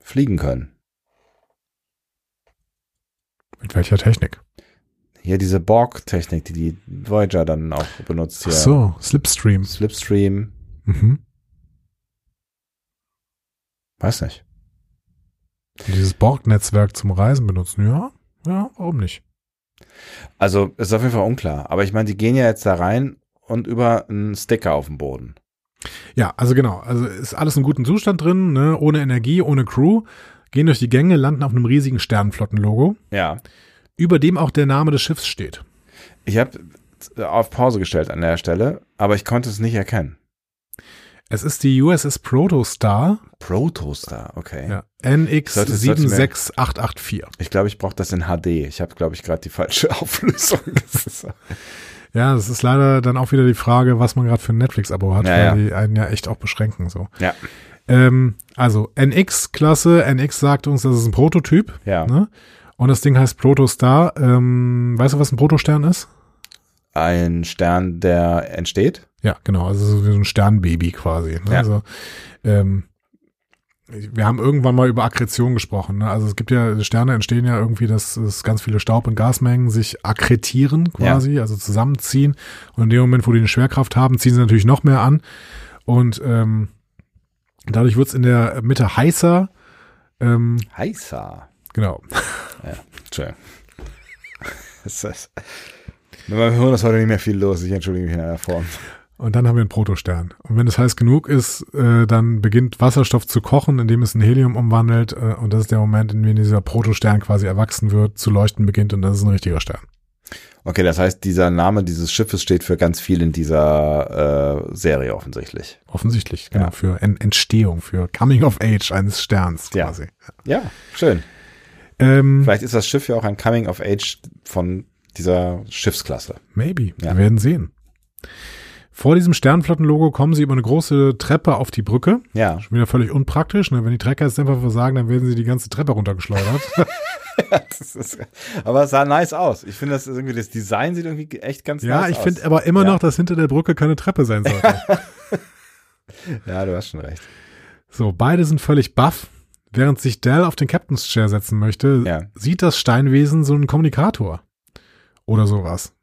fliegen können. Mit welcher Technik? Hier diese Borg-Technik, die die Voyager dann auch benutzt. Hier. Ach so, Slipstream. Slipstream. Mhm. Weiß nicht. Und Dieses Borg-Netzwerk zum Reisen benutzen, ja. Ja, warum nicht? Also ist auf jeden Fall unklar. Aber ich meine, die gehen ja jetzt da rein und über einen Sticker auf dem Boden. Ja, also genau. Also ist alles in gutem Zustand drin, ne? ohne Energie, ohne Crew. Gehen durch die Gänge, landen auf einem riesigen Sternenflottenlogo, Ja. über dem auch der Name des Schiffs steht. Ich habe auf Pause gestellt an der Stelle, aber ich konnte es nicht erkennen. Es ist die USS Protostar Protostar, okay. ja, Sollte- sollte mir- NX76884. Ich glaube, ich brauche das in HD. Ich habe, glaube ich, gerade die falsche Auflösung. Das ist- Ja, das ist leider dann auch wieder die Frage, was man gerade für ein Netflix-Abo hat, Ja, weil ja. die einen ja echt auch beschränken. So. ja. Ähm, also NX-Klasse, NX sagt uns, das ist ein Prototyp. Ja. Ne? Und das Ding heißt Protostar. Ähm, weißt du, was ein Protostern ist? Ein Stern, der entsteht. Ja, genau. Also so wie so ein Sternbaby quasi. Ne? Ja. Also, ähm, wir haben irgendwann mal über Akkretion gesprochen. Ne? Also es gibt ja, Sterne entstehen ja irgendwie, dass es ganz viele Staub- und Gasmengen sich akkretieren quasi, also zusammenziehen. Und in dem Moment, wo die eine Schwerkraft haben, ziehen sie natürlich noch mehr an. Und ähm, dadurch wird's in der Mitte heißer. Ähm, Heißer. genau. Entschuldigung. Das ist, mit meinem Hirn ist heute nicht mehr viel los. Ich entschuldige mich in einer Form. Und dann haben wir einen Protostern. Und wenn es heiß genug ist, äh, dann beginnt Wasserstoff zu kochen, indem es in Helium umwandelt. Äh, und das ist der Moment, in dem dieser Protostern quasi erwachsen wird, zu leuchten beginnt. Und das ist ein richtiger Stern. Okay, das heißt, dieser Name dieses Schiffes steht für ganz viel in dieser äh, Serie offensichtlich. Offensichtlich, genau. Ja. Für Ent Entstehung, für Coming of Age eines Sterns Ja. quasi. Ja, schön. Ähm, Vielleicht ist das Schiff ja auch ein Coming of Age von dieser Schiffsklasse. Maybe. Ja. Wir werden sehen. Vor diesem Sternflottenlogo kommen sie über eine große Treppe auf die Brücke. Ja. Schon wieder völlig unpraktisch. Ne? Wenn die Trecker jetzt einfach versagen, dann werden sie die ganze Treppe runtergeschleudert. Das ist, aber es sah nice aus. Ich finde, das ist irgendwie, das Design sieht irgendwie echt ganz ja, nice ich aus. finde aber immer Ja. noch, dass hinter der Brücke keine Treppe sein sollte. Ja, du hast schon recht. so, beide sind völlig baff. Während sich Dell auf den Captain's Chair setzen möchte, Ja. sieht das Steinwesen so einen Kommunikator oder sowas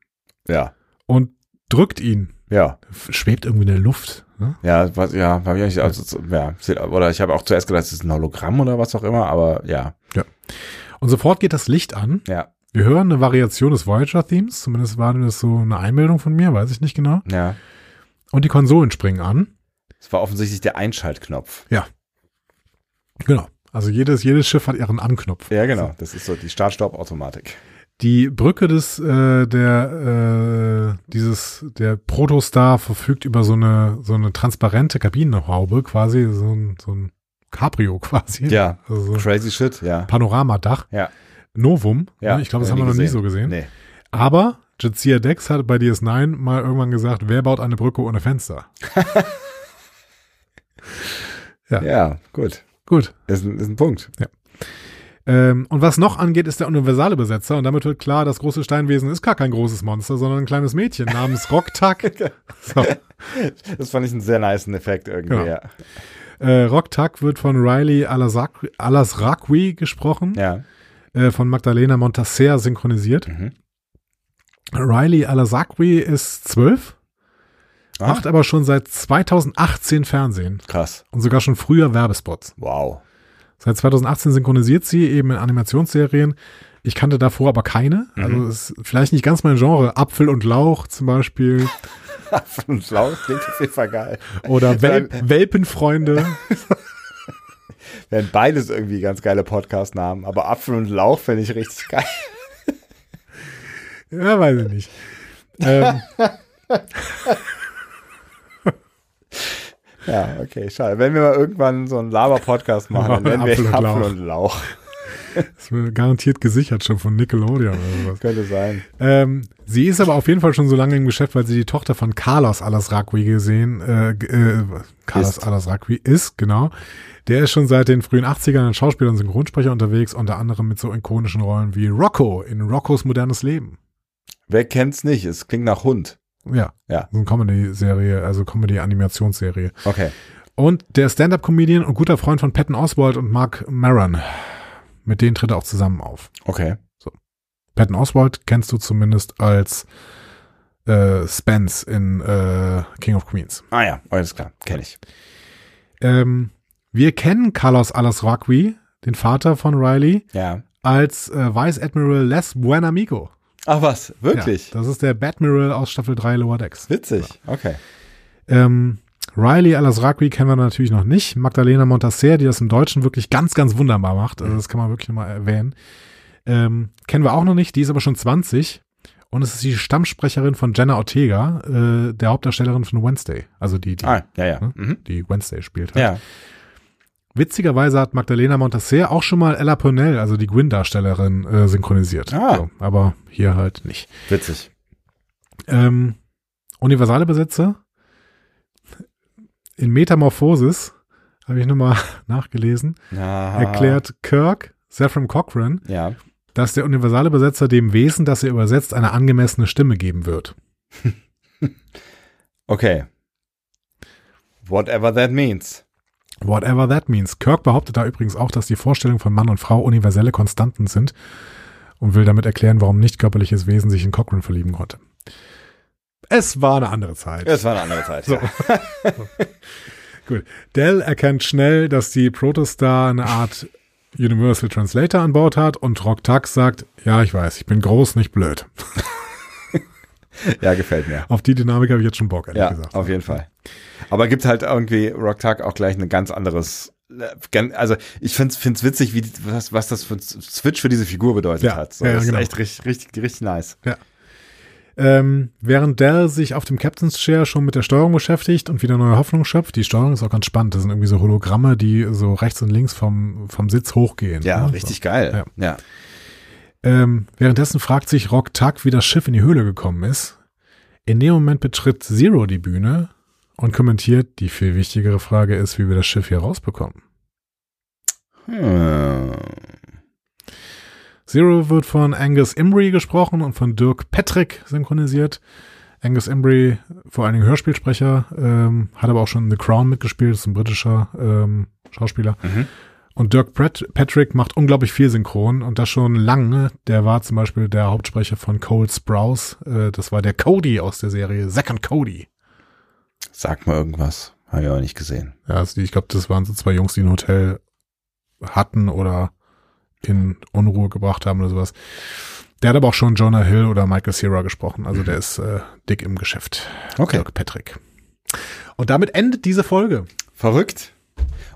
Ja. und drückt ihn. Ja. F- Schwebt irgendwie in der Luft. Ne? Ja, was, ja, habe ich auch nicht, also, so- ja, sieht- oder ich habe auch zuerst gedacht, es ist ein Hologramm oder was auch immer, aber ja, Und sofort geht das Licht an. ja, Wir hören eine Variation des Voyager-Themes, zumindest war das so eine Einmeldung von mir, weiß ich nicht genau. ja. Und die Konsolen springen an. Es war offensichtlich der Einschaltknopf. Genau. Also jedes, jedes Schiff hat ihren Anknopf. Ja, genau. Das ist so die Start-Stopp-Automatik. Die Brücke des, äh, der, äh, dieses, der Protostar verfügt über so eine, so eine transparente Kabinenhaube, quasi, so ein, so ein Cabrio quasi. Ja. Also so ein Crazy shit, ja. Panoramadach. Ja. Novum. ne? ja. Ich glaube, das haben wir noch nie so gesehen. Nee. Aber Jadzia Dex hat bei DS9 mal irgendwann gesagt, wer baut eine Brücke ohne Fenster? Ja, gut. Gut. Ist ein, ist ein Punkt. Ähm, und was noch angeht, ist der universale Besetzer. Und damit wird klar, das große Steinwesen ist gar kein großes Monster, sondern ein kleines Mädchen namens Rocktack. so, Das fand ich einen sehr niceen Effekt irgendwie, Genau. ja. äh, Rocktack wird von Riley Alasrak- Alasrakwi gesprochen, Ja. äh, von Magdalena Montasser synchronisiert. Mhm. Riley Alasrakwi ist zwölf, Ah. macht aber schon seit 2018 Fernsehen Krass. und sogar schon früher Werbespots. Wow. Seit 2018 synchronisiert sie eben in Animationsserien. Ich kannte davor aber keine. Mhm. Also ist vielleicht nicht ganz mein Genre. Apfel und Lauch zum Beispiel. Von Schlau klingt auf jeden Fall geil. Oder Wel Welpenfreunde. Wären beides irgendwie ganz geile Podcast-Namen, aber Apfel und Lauch finde ich richtig geil. Ja, weiß ich nicht. Ähm, Ja, okay, schade. Wenn wir mal irgendwann so einen Laber-Podcast machen, dann nennen wir Apfel ihn und Apfel Lauch. und Lauch. ist mir garantiert gesichert schon von Nickelodeon oder sowas. Könnte sein. Ähm, sie ist aber auf jeden Fall schon so lange im Geschäft, weil sie die Tochter von Carlos Alasraqui gesehen, äh, g- äh, Carlos Ist. Alasraqui ist, genau. Der ist schon seit den frühen 80ern als Schauspieler und Synchronsprecher unterwegs, unter anderem mit so ikonischen Rollen wie Rocco in Roccos modernes Leben. Wer kennt's nicht? Es klingt nach Hund. Ja, Ja. so eine Comedy-Serie, also Comedy-Animationsserie. Okay. Und der Stand-Up-Comedian und guter Freund von Patton Oswald und Mark Maron. Mit denen tritt er auch zusammen auf. Okay. Patton Oswald kennst du zumindest als äh, Spence in äh, King of Queens. Ah ja, alles klar. Kenne ich. Ähm, wir kennen Carlos Alasraqui, den Vater von Riley, Ja. als äh, Vice Admiral Les Buenamigo. Ach was, wirklich? Ja, das ist der Badmiral aus Staffel 3 Lower Decks. Witzig. Okay. Ähm, Riley Alasraqui kennen wir natürlich noch nicht. Magdalena Montasser, die das im Deutschen wirklich ganz, ganz wunderbar macht. Mhm. Also das kann man wirklich nochmal erwähnen. Ähm, kennen wir auch noch nicht. Die ist aber schon 20. Und es ist die Stammsprecherin von Jenna Ortega, äh, der Hauptdarstellerin von Wednesday. Also die, die, Ah, ja, ja. Hm? Mhm. die Wednesday spielt. Halt. Ja. Witzigerweise hat Magdalena Montasser auch schon mal Ella Purnell, also die Gwyn-Darstellerin, äh, synchronisiert. Ah. So, aber hier halt nicht. Witzig. Ähm, universale Besetzer. In Metamorphosis habe ich nochmal nachgelesen. Aha. Erklärt Kirk Zephram Cochrane, Ja. dass der universale Besetzer dem Wesen, das er übersetzt, eine angemessene Stimme geben wird. Okay. Whatever that means. Whatever that means. Kirk behauptet da übrigens auch, dass die Vorstellung von Mann und Frau universelle Konstanten sind und will damit erklären, warum nicht körperliches Wesen sich in Cochrane verlieben konnte. Es war eine andere Zeit. Es war eine andere Zeit. Ja. Gut. Dell erkennt schnell, dass die Protostar eine Art Universal Translator an Bord hat und Rock Tuck sagt, ja, ich weiß, ich bin groß, nicht blöd. Ja, gefällt mir. Auf die Dynamik habe ich jetzt schon Bock, ehrlich Ja, gesagt. auf jeden Fall. Aber gibt halt irgendwie Rock Tag auch gleich ein ganz anderes. äh, gan- Also ich find's find's witzig, wie die- was, was das für ein Switch für diese Figur bedeutet Ja, hat. So, ja, das genau. ist echt richtig, richtig, richtig nice. Ähm, während Dell sich auf dem Captain's Chair schon mit der Steuerung beschäftigt und wieder neue Hoffnung schöpft, die Steuerung ist auch ganz spannend. Das sind irgendwie so Hologramme, die so rechts und links vom, vom Sitz hochgehen. Ja, ne? so. richtig geil. Ja. Ähm, währenddessen fragt sich Rock Tuck, wie das Schiff in die Höhle gekommen ist. In dem Moment betritt Zero die Bühne und kommentiert, die viel wichtigere Frage ist, wie wir das Schiff hier rausbekommen. Hm. Zero wird von Angus Imbrie gesprochen und von Dirk Patrick synchronisiert. Angus Imbrie, vor allen Dingen Hörspielsprecher, ähm, hat aber auch schon in The Crown mitgespielt, ist ein britischer ähm, Schauspieler. Mhm. Und Dirk Prat Patrick macht unglaublich viel Synchron und das schon lange. Der war zum Beispiel der Hauptsprecher von Cole Sprouse. Äh, das war der Cody aus der Serie Second Cody. Sag mal irgendwas. Habe ich auch nicht gesehen. Ja, also die, ich glaube, das waren so zwei Jungs, die ein Hotel hatten oder in Unruhe gebracht haben oder sowas. Der hat aber auch schon Jonah Hill oder Michael Cera gesprochen. Also der ist äh, dick im Geschäft. Mhm. Okay. Dirk Patrick. Und damit endet diese Folge. Verrückt.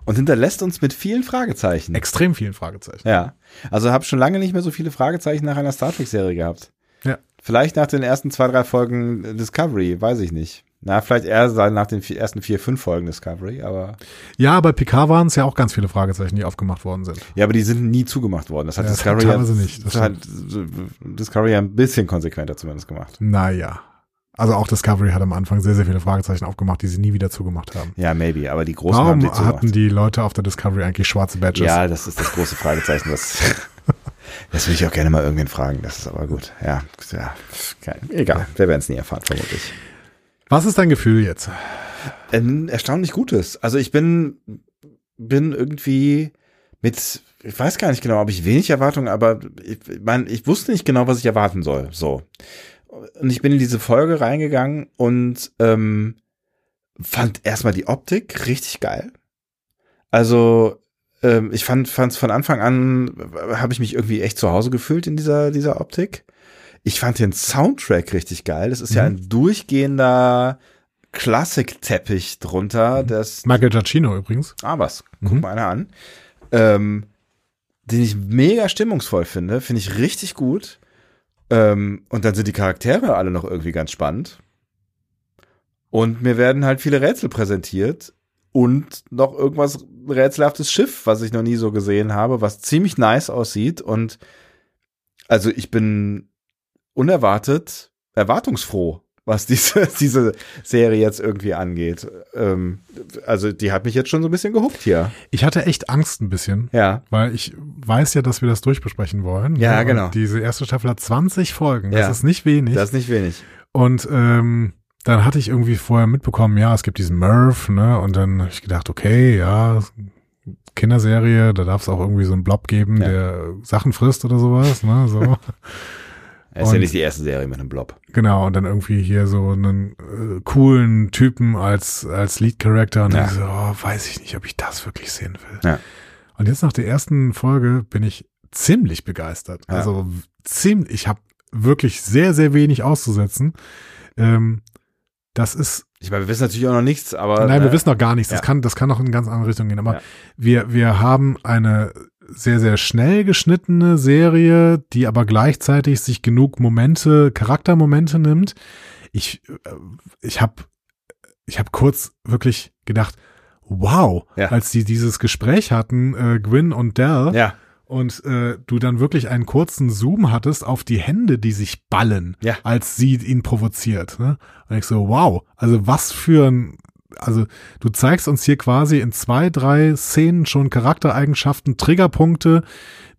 Und hinterlässt uns mit vielen Fragezeichen. Extrem vielen Fragezeichen. Ja. Also habe schon lange nicht mehr so viele Fragezeichen nach einer Star Trek-Serie gehabt. Ja. Vielleicht nach den ersten zwei, drei Folgen Discovery, weiß ich nicht. Na, vielleicht eher nach den vier, ersten vier, fünf Folgen Discovery, aber. Ja, bei PK waren es ja auch ganz viele Fragezeichen, die aufgemacht worden sind. Ja, aber die sind nie zugemacht worden. Das hat Ja, Discovery teilweise nicht, das Das hat Discovery ja ein bisschen konsequenter zumindest gemacht. Naja. Also auch Discovery hat am Anfang sehr, sehr viele Fragezeichen aufgemacht, die sie nie wieder zugemacht haben. Ja, maybe, aber die großen haben Warum die zugemacht. hatten die Leute auf der Discovery eigentlich schwarze Badges? Ja, das ist das große Fragezeichen. Das, das will ich auch gerne mal irgendwen fragen. Das ist aber gut. Ja, ja kein, egal. Wir werden es nie erfahren, vermutlich. Was ist dein Gefühl jetzt? Ein erstaunlich gutes. Also ich bin, bin irgendwie mit, ich weiß gar nicht genau, ob ich wenig Erwartungen, aber ich, ich mein, ich wusste nicht genau, was ich erwarten soll. So. Und ich bin in diese Folge reingegangen und ähm, fand erstmal die Optik richtig geil. Also ähm, ich fand fand's von Anfang an äh, habe ich mich irgendwie echt zu Hause gefühlt in dieser dieser Optik. Ich fand den Soundtrack richtig geil. Das ist ja Mhm. ein durchgehender Klassikteppich drunter, das Michael Giacchino übrigens. Ah, was? Guck Mhm. mal einer an. Ähm, den ich mega stimmungsvoll finde, finde ich richtig gut. Ähm, und dann sind die Charaktere alle noch irgendwie ganz spannend. Und mir werden halt viele Rätsel präsentiert und noch irgendwas rätselhaftes Schiff, was ich noch nie so gesehen habe, was ziemlich nice aussieht. Und also ich bin unerwartet erwartungsfroh, was diese, diese Serie jetzt irgendwie angeht. Ähm, also die hat mich jetzt schon so ein bisschen gehuckt hier. Ich hatte echt Angst ein bisschen, Ja. weil ich weiß ja, dass wir das durchbesprechen wollen. ne? Ja, Und genau. Diese erste Staffel hat 20 Folgen. Ja. Das ist nicht wenig. Das ist nicht wenig. Und ähm, dann hatte ich irgendwie vorher mitbekommen, ja, es gibt diesen Murph, ne? Und dann habe ich gedacht, okay, ja, Kinderserie, da darf es auch irgendwie so einen Blob geben, Ja. der Sachen frisst oder sowas, ne? So. Das ist ja Und- nicht die erste Serie mit einem Blob. Genau, und dann irgendwie hier so einen äh, coolen Typen als, als Lead-Character und Ja. dann so, oh, weiß ich nicht, ob ich das wirklich sehen will. Ja. Und jetzt nach der ersten Folge bin ich ziemlich begeistert. Ja. Also ziemlich, ich habe wirklich sehr, sehr wenig auszusetzen. Ähm, das ist Ich meine, wir wissen natürlich auch noch nichts, aber. Nein, wir äh, wissen noch gar nichts. Das Ja. kann, das kann auch in ganz andere Richtungen gehen. Aber Ja. wir, wir haben eine sehr, sehr schnell geschnittene Serie, die aber gleichzeitig sich genug Momente, Charaktermomente nimmt. Ich, äh, ich habe, ich habe kurz wirklich gedacht, wow, Ja. als die dieses Gespräch hatten, äh, Gwyn und Dell, Ja, und äh, du dann wirklich einen kurzen Zoom hattest auf die Hände, die sich ballen, Ja. als sie ihn provoziert. Ne? Und ich so, wow, also was für ein, also du zeigst uns hier quasi in zwei, drei Szenen schon Charaktereigenschaften, Triggerpunkte,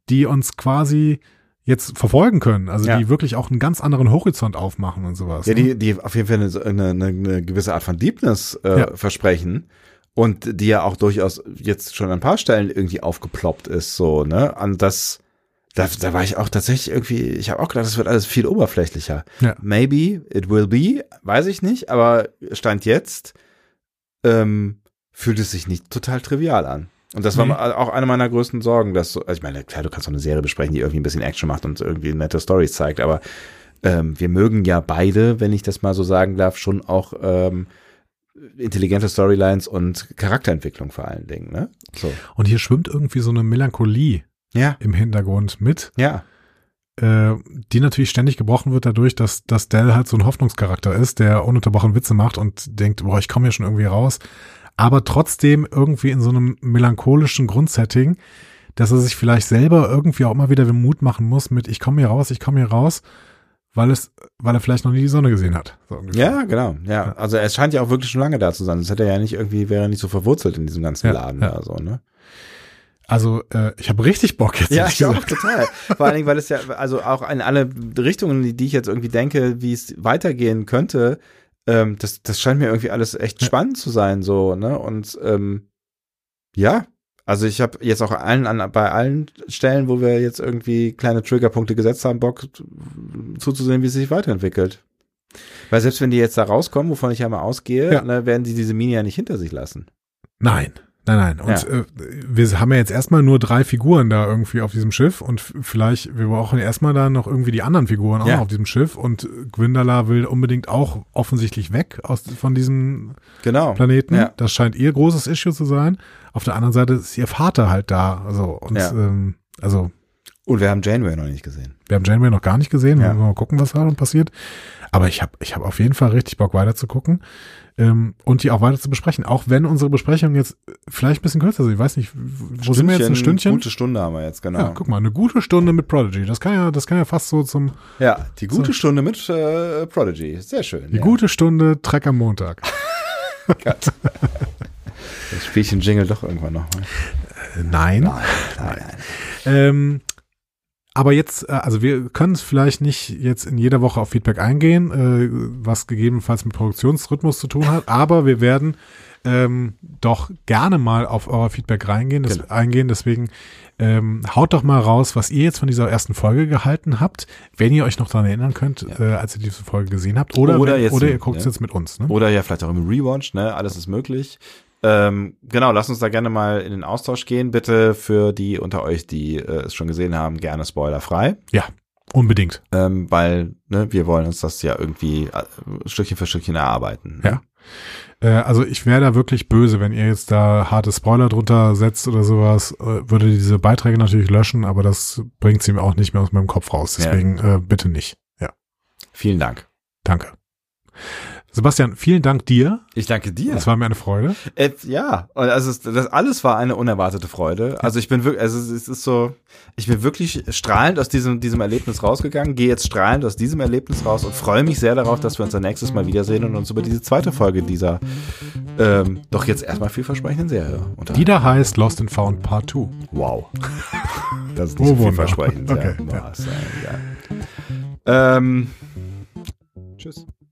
die uns quasi jetzt verfolgen können, also Ja. die wirklich auch einen ganz anderen Horizont aufmachen und sowas. ja ne? die, die auf jeden Fall eine, eine, eine- eine gewisse Art von Deepness äh, Ja. versprechen. Und die ja auch durchaus jetzt schon an ein paar Stellen irgendwie aufgeploppt ist, so, ne? An das, da, da war ich auch tatsächlich irgendwie, ich habe auch gedacht, das wird alles viel oberflächlicher. Ja. Maybe, it will be, weiß ich nicht, aber Stand jetzt ähm, fühlt es sich nicht total trivial an. Und das war Nee. ma- auch eine meiner größten Sorgen, dass, so- also ich meine, klar, du kannst so eine Serie besprechen, die irgendwie ein bisschen Action macht und irgendwie nette Stories zeigt, aber ähm, wir mögen ja beide, wenn ich das mal so sagen darf, schon auch ähm, intelligente Storylines und Charakterentwicklung vor allen Dingen. Ne? So. Und hier schwimmt irgendwie so eine Melancholie Ja, im Hintergrund mit, ja, äh, die natürlich ständig gebrochen wird dadurch, dass, dass Dell halt so ein Hoffnungscharakter ist, der ununterbrochen Witze macht und denkt, boah, ich komme hier schon irgendwie raus. Aber trotzdem irgendwie in so einem melancholischen Grundsetting, dass er sich vielleicht selber irgendwie auch immer wieder den Mut machen muss mit, ich komme hier raus, ich komme hier raus, weil es, weil er vielleicht noch nie die Sonne gesehen hat. So ungefähr. ja, genau. Ja, also es scheint ja auch wirklich schon lange da zu sein. Sonst hätte er ja nicht irgendwie wäre er nicht so verwurzelt in diesem ganzen Ja, Laden ja. da so. Ne? Also äh, ich habe richtig Bock jetzt. Ja, ehrlich ich auch gesagt. total. Vor allen Dingen, weil es ja, also auch in alle Richtungen, die, die ich jetzt irgendwie denke, wie es weitergehen könnte, ähm, das, das scheint mir irgendwie alles echt spannend zu sein, so, ne? Und ähm, ja, also ich habe jetzt auch allen an, bei allen Stellen, wo wir jetzt irgendwie kleine Triggerpunkte gesetzt haben, Bock t- zuzusehen, wie es sich weiterentwickelt. Weil selbst wenn die jetzt da rauskommen, wovon ich ja mal ausgehe, Ja. ne, werden die diese Mini ja nicht hinter sich lassen. Nein, nein, nein. Und Ja. äh, wir haben ja jetzt erstmal nur drei Figuren da irgendwie auf diesem Schiff und f- vielleicht, wir brauchen erstmal da noch irgendwie die anderen Figuren auch Ja. noch auf diesem Schiff und Gwindala will unbedingt auch offensichtlich weg aus, von diesem Genau. Planeten. Ja. Das scheint ihr großes Issue zu sein. Auf der anderen Seite ist ihr Vater halt da. Also, und, Ja. ähm, also Und wir haben Janeway noch nicht gesehen. wir haben Janeway noch gar nicht gesehen. Ja. Wir müssen mal gucken, was da noch passiert. Aber ich habe ich hab auf jeden Fall richtig Bock, weiter zu gucken ähm, und die auch weiter zu besprechen. Auch wenn unsere Besprechung jetzt äh, vielleicht ein bisschen kürzer ist. Ich weiß nicht, wo sind wir jetzt? Ein Stündchen? Gute Stunde haben wir jetzt, genau. ja, guck mal, eine gute Stunde mit Prodigy. Das kann ja, das kann ja fast so zum Ja, die gute Stunde mit äh, Prodigy. Sehr schön. die ja. gute Stunde Trek am Montag. Das Spielchen Jingle doch irgendwann noch. ne? Äh, Nein. Nein, nein. Ähm, aber jetzt, äh, also wir können es vielleicht nicht jetzt in jeder Woche auf Feedback eingehen, äh, was gegebenenfalls mit Produktionsrhythmus zu tun hat, aber wir werden ähm, doch gerne mal auf euer Feedback reingehen, des, Genau. eingehen. Deswegen ähm, haut doch mal raus, was ihr jetzt von dieser ersten Folge gehalten habt, wenn ihr euch noch daran erinnern könnt, äh, als ihr diese Folge gesehen habt. Oder, Oder wenn, jetzt oder ihr mit, guckt es ne? jetzt mit uns. Ne? Oder ja, vielleicht auch im Rewatch, ne? Alles ist möglich. Ähm, genau, lasst uns da gerne mal in den Austausch gehen. Bitte für die unter euch, die äh, es schon gesehen haben, gerne spoilerfrei. Ja, unbedingt. Ähm, weil ne, wir wollen uns das ja irgendwie äh, Stückchen für Stückchen erarbeiten. ne? Ja. Äh, also ich wäre da wirklich böse, wenn ihr jetzt da harte Spoiler drunter setzt oder sowas, äh, würde diese Beiträge natürlich löschen, aber das bringt sie mir auch nicht mehr aus meinem Kopf raus. Ja. Deswegen äh, bitte nicht. Ja, Vielen Dank. danke. Sebastian, vielen Dank dir. Ich danke dir. Es war mir eine Freude. Äh, ja, und also es, das alles war eine unerwartete Freude. Also ich bin wirklich, also es, es ist so, ich bin wirklich strahlend aus diesem, diesem Erlebnis rausgegangen, gehe jetzt strahlend aus diesem Erlebnis raus und freue mich sehr darauf, dass wir uns dann nächstes Mal wiedersehen und uns über diese zweite Folge dieser ähm, doch jetzt erstmal vielversprechenden Serie Die unterhalten. da heißt Lost and Found Part 2. Wow. Das ist Oh, nicht so Wunder. vielversprechend. Okay, ja. ja. Boah, ist ja, ja. Ähm, tschüss.